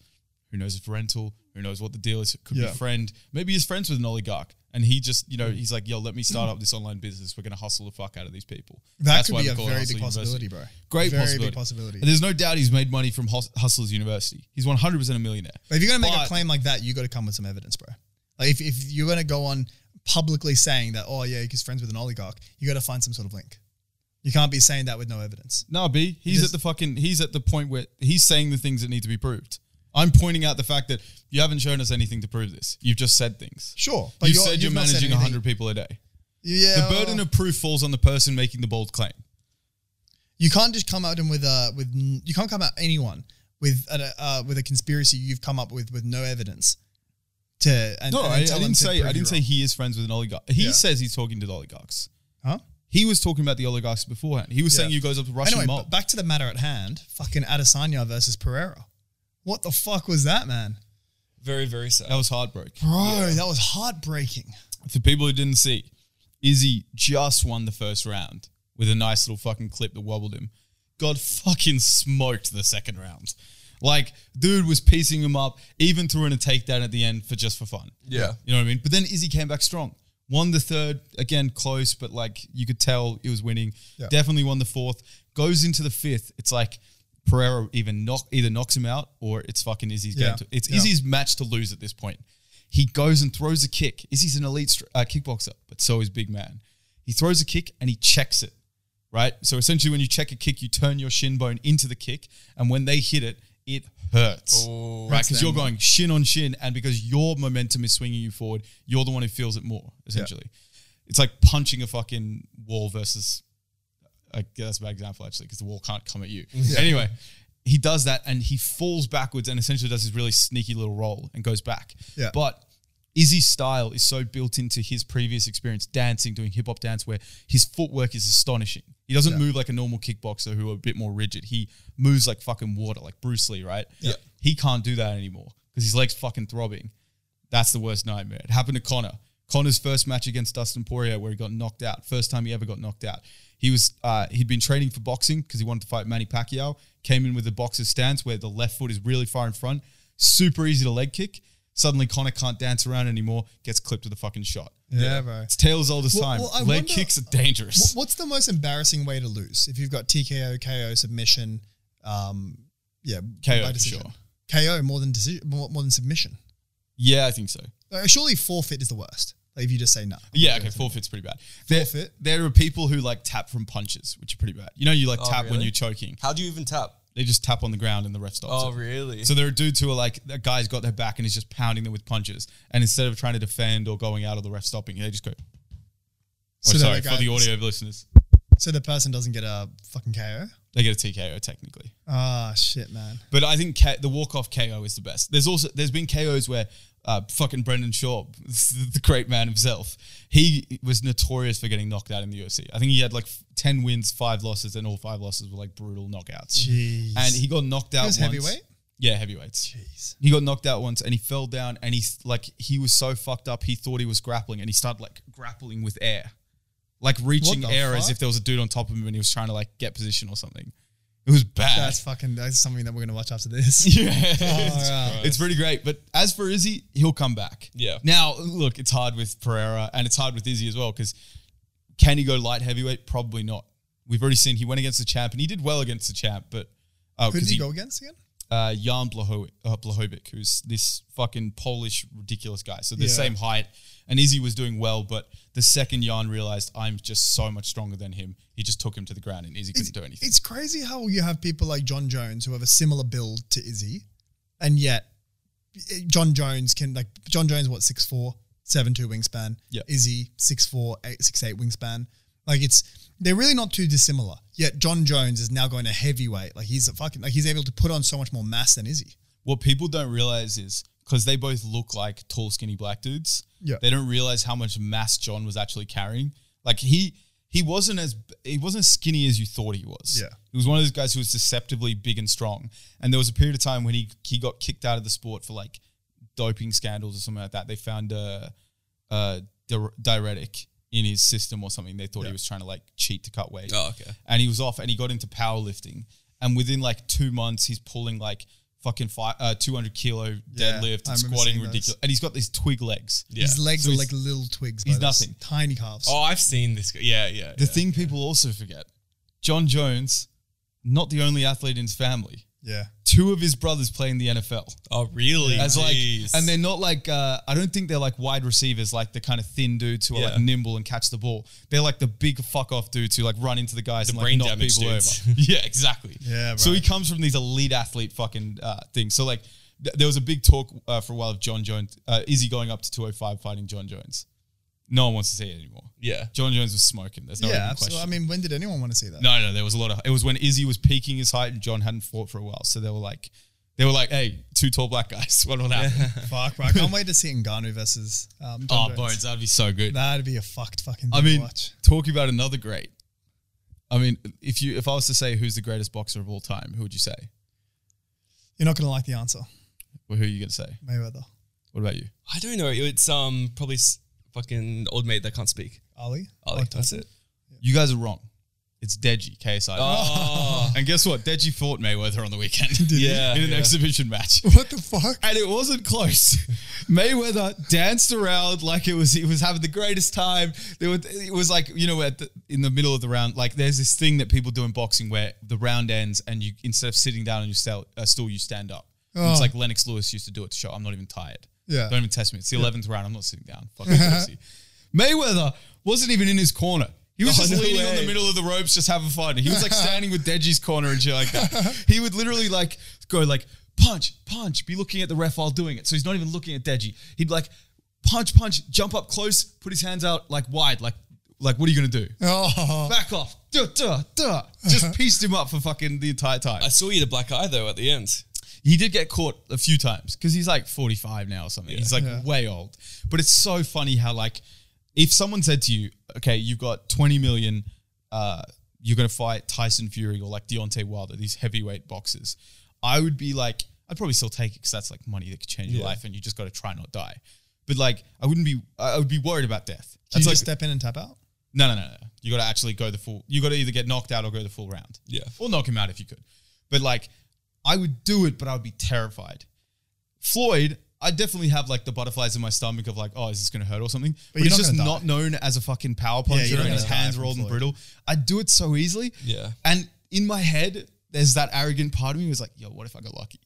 Speaker 3: Who knows if rental? Who knows what the deal is? It could
Speaker 1: Yeah.
Speaker 3: be friend. Maybe he's friends with an oligarch, and he just you know he's like, yo, let me start up this online business. We're gonna hustle the fuck out of these people.
Speaker 1: That
Speaker 3: That's
Speaker 1: could
Speaker 3: why
Speaker 1: be
Speaker 3: we
Speaker 1: a
Speaker 3: call it
Speaker 1: very
Speaker 3: Hustle
Speaker 1: big possibility,
Speaker 3: University.
Speaker 1: bro.
Speaker 3: Great
Speaker 1: very
Speaker 3: possibility.
Speaker 1: big possibility.
Speaker 3: And there's no doubt he's made money from Hus- Hustlers University. He's 100% a millionaire.
Speaker 1: But if you're going to make
Speaker 3: But-
Speaker 1: a claim like that, you got to come with some evidence, bro. Like if, if you're going to go on publicly saying that, oh yeah, he's friends with an oligarch, you got to find some sort of link. You can't be saying that with no evidence.
Speaker 3: No, B. He's
Speaker 1: Just-
Speaker 3: at the fucking. He's at the point where he's saying the things that need to be proved. I'm pointing out the fact that you haven't shown us anything to prove this. You've just said things.
Speaker 1: Sure,
Speaker 3: you
Speaker 1: you're-
Speaker 3: said you're
Speaker 1: you've not said
Speaker 3: managing
Speaker 1: anything.
Speaker 3: 100 people a day.
Speaker 1: Yeah, uh,
Speaker 3: the burden
Speaker 1: well,
Speaker 3: of proof falls on the person making the bold claim.
Speaker 1: you can't just come out and with a with n- you can't come at anyone with a uh, with a conspiracy you've come up with with no evidence. To and,
Speaker 3: No,
Speaker 1: and then
Speaker 3: I, I
Speaker 1: tell them
Speaker 3: didn't
Speaker 1: to
Speaker 3: say.
Speaker 1: prove
Speaker 3: I
Speaker 1: you
Speaker 3: didn't say
Speaker 1: wrong.
Speaker 3: he is friends with an oligarch. He
Speaker 1: Yeah.
Speaker 3: says he's talking to the oligarchs.
Speaker 1: Huh?
Speaker 3: He was talking about the oligarchs beforehand. He was saying
Speaker 1: Yeah.
Speaker 3: you guys up to Russian
Speaker 1: Anyway,
Speaker 3: mob.
Speaker 1: but back to the matter at hand. Fucking Adesanya versus Pereira. What the fuck was that, man?
Speaker 2: very very sad.
Speaker 3: that was heartbreaking.
Speaker 1: Bro, that was heartbreaking.
Speaker 3: For people who didn't see, Izzy just won the first round with a nice little fucking clip that wobbled him. Got fucking smoked the second round. Like, dude was piecing him up, even threw in a takedown at the end for just for fun.
Speaker 2: Yeah.
Speaker 3: You know what I mean? But then Izzy came back strong. Won the third, again, close, but like you could tell he was winning.
Speaker 1: Yeah.
Speaker 3: Definitely won the fourth. Goes into the fifth. It's like Pereira even knock either knocks him out or it's fucking Izzy's
Speaker 1: Yeah.
Speaker 3: game. To, it's
Speaker 1: Yeah.
Speaker 3: Izzy's match to lose at this point. He goes and throws a kick. Izzy's an elite str- uh, kickboxer, but so is Big Man. He throws a kick and he checks it, right? So essentially, when you check a kick, you turn your shin bone into the kick, and when they hit it, it hurts,
Speaker 2: Oh.
Speaker 3: right?
Speaker 1: Hurts
Speaker 3: Because you're
Speaker 1: them.
Speaker 3: going shin on shin, and because your momentum is swinging you forward, you're the one who feels it more. Essentially, it's like punching a fucking wall versus I guess that's a bad example actually because the wall can't come at you. Anyway, he does that and he falls backwards and essentially does his really sneaky little roll and goes back.
Speaker 1: Yeah.
Speaker 3: But Izzy's style is so built into his previous experience dancing, doing hip hop dance, where his footwork is astonishing. He doesn't move like a normal kickboxer who are a bit more rigid. He moves like fucking water, like Bruce Lee, right?
Speaker 2: Yeah.
Speaker 3: He can't do that anymore because his legs fucking throbbing. That's the worst nightmare. It happened to Connor. Connor's first match against Dustin Poirier, where he got knocked out, first time he ever got knocked out. He was uh, he'd been training for boxing because he wanted to fight Manny Pacquiao. Came in with a boxer's stance where the left foot is really far in front, super easy to leg kick. Suddenly Connor can't dance around anymore. Gets clipped with a fucking shot.
Speaker 1: Yeah, bro.
Speaker 3: It's Taylor's oldest
Speaker 1: Well-
Speaker 3: time.
Speaker 1: well, I
Speaker 3: leg
Speaker 1: wonder-
Speaker 3: kicks are dangerous.
Speaker 1: Wh- What's the most embarrassing way to lose? If you've got TKO, KO, submission, um, yeah,
Speaker 3: KO
Speaker 1: by
Speaker 3: for
Speaker 1: decision.
Speaker 3: sure.
Speaker 1: KO more than decision, more, more than submission.
Speaker 3: Yeah, I think so.
Speaker 1: Uh, Surely forfeit is the worst. Like if you just say no.
Speaker 3: Yeah, okay, forfeit's pretty bad. There,
Speaker 1: Forfeit?
Speaker 3: There are people who like tap from punches, which are pretty bad. You know, you like
Speaker 2: Oh,
Speaker 3: tap when
Speaker 2: really?
Speaker 3: you're choking.
Speaker 2: How do you even tap?
Speaker 3: They just tap on the ground and the ref stops.
Speaker 2: Oh,
Speaker 3: it.
Speaker 2: really?
Speaker 3: So there are dudes who are like, that guy's got their back and he's just pounding them with punches. And instead of trying to defend or going out or the ref stopping, they just go. Oh,
Speaker 1: So they're
Speaker 3: sorry,
Speaker 1: like,
Speaker 3: for the
Speaker 1: uh,
Speaker 3: audio listeners,
Speaker 1: So the person doesn't get a fucking KO.
Speaker 3: they get a TKO technically.
Speaker 1: Ah, shit, man.
Speaker 3: But I think K- the walk off KO is the best. There's also there's been KOs where uh, fucking Brendan Schaub, the great man himself, he was notorious for getting knocked out in the UFC. I think he had like f- ten wins, five losses, and all five losses were like brutal knockouts.
Speaker 1: Jeez.
Speaker 3: And he got knocked out.
Speaker 1: was
Speaker 3: once.
Speaker 1: heavyweight?
Speaker 3: Yeah, heavyweights.
Speaker 1: Jeez.
Speaker 3: He got knocked out once, and he fell down, and he th- like he was so fucked up, he thought he was grappling, and he started like grappling with air, like reaching
Speaker 1: the
Speaker 3: air as
Speaker 1: fuck?
Speaker 3: if there was a dude on top of him, and he was trying to like get position or something. It was bad.
Speaker 1: That's fucking. That's something that we're gonna watch after this.
Speaker 3: Yeah, it's,
Speaker 1: right.
Speaker 3: it's pretty great. But as for Izzy, he'll come back.
Speaker 2: Yeah.
Speaker 3: Now, look, it's hard with Pereira and it's hard with Izzy as well because can he go light heavyweight? Probably not. We've already seen he went against the champ and he did well against the champ, but oh,
Speaker 1: Who did
Speaker 3: because
Speaker 1: he
Speaker 3: he
Speaker 1: go against again?
Speaker 3: uh, Jan Blahovic, uh, Blahovic, who's this fucking Polish ridiculous guy. So the
Speaker 1: Yeah.
Speaker 3: same height, and Izzy was doing well, but the second Jan realized I'm just so much stronger than him, he just took him to the ground, and Izzy couldn't do anything.
Speaker 1: It's crazy how you have people like John Jones who have a similar build to Izzy, and yet eh, John Jones can like John Jones what six four seven two wingspan.
Speaker 3: Yeah.
Speaker 1: Izzy six four eight six eight wingspan. Like it's they're really not too dissimilar. Yet John Jones is now going to heavyweight. Like he's a fucking like he's able to put on so much more mass than Izzy.
Speaker 3: what people don't realize is because they both look like tall, skinny black dudes.
Speaker 1: Yeah.
Speaker 3: They don't realize how much mass John was actually carrying. Like he he wasn't as he wasn't as skinny as you thought he was.
Speaker 1: Yeah.
Speaker 3: He was one of those guys who was deceptively big and strong. And there was a period of time when he he got kicked out of the sport for like doping scandals or something like that. They found a, a dir- diuretic in his system or something. They thought he was trying to like cheat to cut weight
Speaker 2: Oh, okay.
Speaker 3: and he was off and he got into powerlifting and within like two months he's pulling like fucking five, uh, 200 kilo
Speaker 1: Yeah,
Speaker 3: deadlift
Speaker 1: I
Speaker 3: and
Speaker 1: remember
Speaker 3: squatting
Speaker 1: seeing those.
Speaker 3: ridiculous and he's got these twig legs
Speaker 2: Yeah.
Speaker 1: His legs
Speaker 3: So
Speaker 1: are like
Speaker 3: he's-
Speaker 1: little twigs.
Speaker 3: he's
Speaker 1: bro. Those
Speaker 3: nothing.
Speaker 1: Tiny calves.
Speaker 2: Oh, I've seen this. guy. Yeah, yeah.
Speaker 3: the thing people also forget john jones not the only athlete in his family
Speaker 1: Yeah.
Speaker 3: two of his brothers play in the nfl
Speaker 2: Oh, really?
Speaker 3: as like
Speaker 2: Jeez.
Speaker 3: and they're not like uh, i don't think they're like wide receivers like the kind of thin dudes who are
Speaker 2: Yeah.
Speaker 3: like nimble and catch the ball they're like the big fuck off dudes who like run into the guys and like
Speaker 2: brain
Speaker 3: knock
Speaker 2: damage
Speaker 3: people
Speaker 2: dudes.
Speaker 3: over yeah exactly
Speaker 1: Yeah,
Speaker 3: so
Speaker 1: right.
Speaker 3: he comes from these elite athlete fucking uh, things so like th- there was a big talk uh, for a while of john jones uh, izzy going up to 205 fighting john jones no one wants to see it anymore
Speaker 2: yeah.
Speaker 3: john jones was smoking there's no
Speaker 1: yeah,
Speaker 3: even
Speaker 1: absolutely.
Speaker 3: question
Speaker 1: I mean, when did anyone want to see that?
Speaker 3: no, no, there was a lot of. It was when Izzy was peaking his height and John hadn't fought for a while, so they were like, they were like, "Hey, two tall black guys, what will happen?"
Speaker 1: Fuck, bro. I can't wait to see Ngannou versus um, John
Speaker 3: Oh,
Speaker 1: Jones.
Speaker 3: bones, that'd be so good.
Speaker 1: That'd be a fucked fucking thing
Speaker 3: I mean,
Speaker 1: to watch.
Speaker 3: talking about another great. I mean, if you if I was to say who's the greatest boxer of all time, who would you say?
Speaker 1: You're not going to like the answer,
Speaker 3: Well, who are you gonna say?
Speaker 1: Mayweather.
Speaker 3: What about you?
Speaker 2: I don't know. It's um probably s- fucking old mate that can't speak.
Speaker 1: Ali?
Speaker 2: Oh,
Speaker 1: Or
Speaker 2: that's
Speaker 1: Tyson?
Speaker 2: it.
Speaker 3: You guys are wrong. It's Deji KSI.
Speaker 2: Oh,
Speaker 3: And guess what? Deji fought Mayweather on the weekend.
Speaker 2: he? Yeah,
Speaker 3: in an
Speaker 2: yeah.
Speaker 3: exhibition match.
Speaker 1: What the fuck?
Speaker 3: and it wasn't close. Mayweather danced around like it was he was having the greatest time. There was it was like you know at the, in the middle of the round, like there's this thing that people do in boxing where the round ends and you instead of sitting down on your stel- uh, stool, you stand up. And It's
Speaker 1: Oh.
Speaker 3: like Lennox Lewis used to do it to show I'm not even tired.
Speaker 1: Yeah.
Speaker 3: don't even test me. It's the eleventh round. I'm not sitting down. Fucking pussy. Mayweather wasn't even in his corner. He was
Speaker 2: Oh,
Speaker 3: just
Speaker 2: no
Speaker 3: leaning on
Speaker 2: way.
Speaker 3: the middle of the ropes, just having fun. He was like standing with Deji's corner and shit like that. He would literally like go like punch, punch, be looking at the ref while doing it. So he's not even looking at Deji. He'd like punch, punch, jump up close, put his hands out like wide, like like what are you gonna do?
Speaker 1: Oh,
Speaker 3: Back off, duh, duh, duh. Just pieced him up for fucking the entire time.
Speaker 2: I saw you the black eye though at the end.
Speaker 3: He did get caught a few times because he's like 45 now or something. He's like
Speaker 1: Yeah.
Speaker 3: way old. But it's so funny how like if someone said to you, okay, you've got 20 million, uh, you're gonna fight Tyson Fury or like Deontay Wilder, these heavyweight boxers, I would be like, I'd probably still take it because that's like money that could change your
Speaker 2: Yeah.
Speaker 3: life and you just gotta try not die. But like, I wouldn't be. I I would be worried about death.
Speaker 1: Can
Speaker 3: That's
Speaker 1: you
Speaker 3: like
Speaker 1: just step in and tap out?
Speaker 3: no, no, no, no. You got to actually go the full. You got to either get knocked out or go the full round.
Speaker 2: Yeah.
Speaker 3: or knock him out if you could. But like, I would do it, but I would be terrified. Floyd, I definitely have like the butterflies in my stomach of like, oh, is this gonna hurt or something? But,
Speaker 1: you're
Speaker 3: he's
Speaker 1: not
Speaker 3: just
Speaker 1: gonna
Speaker 3: not known as a fucking power puncher
Speaker 1: you're not
Speaker 3: and his
Speaker 1: gonna die
Speaker 3: hands
Speaker 1: from
Speaker 3: are old and
Speaker 1: Floyd.
Speaker 3: brittle. I'd do it so easily.
Speaker 2: Yeah.
Speaker 3: And in my head, there's that arrogant part of me was like, yo, what if I got lucky?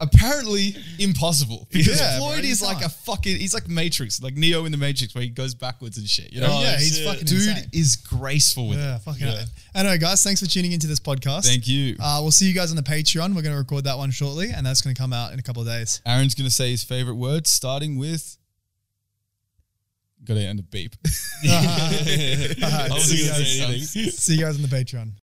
Speaker 3: Apparently impossible because
Speaker 1: Yeah, bro,
Speaker 3: Floyd
Speaker 1: you
Speaker 3: is like a
Speaker 1: can't.
Speaker 3: fucking he's like Matrix, like Neo in the Matrix where he goes backwards and shit. You know,
Speaker 1: Oh, yeah, he's
Speaker 2: shit.
Speaker 1: fucking
Speaker 3: dude
Speaker 1: insane.
Speaker 3: is graceful with
Speaker 1: Yeah,
Speaker 3: it.
Speaker 1: fucking. Anyway, guys, thanks for tuning into this podcast.
Speaker 3: Thank you.
Speaker 1: Uh, we'll see you guys on the Patreon. We're going to record that one shortly, and that's going to come out in a couple of days.
Speaker 3: Aaron's gonna say his favorite word, starting with. Gotta end a beep.
Speaker 2: I wasn't gonna say anything.
Speaker 1: See you guys on the Patreon.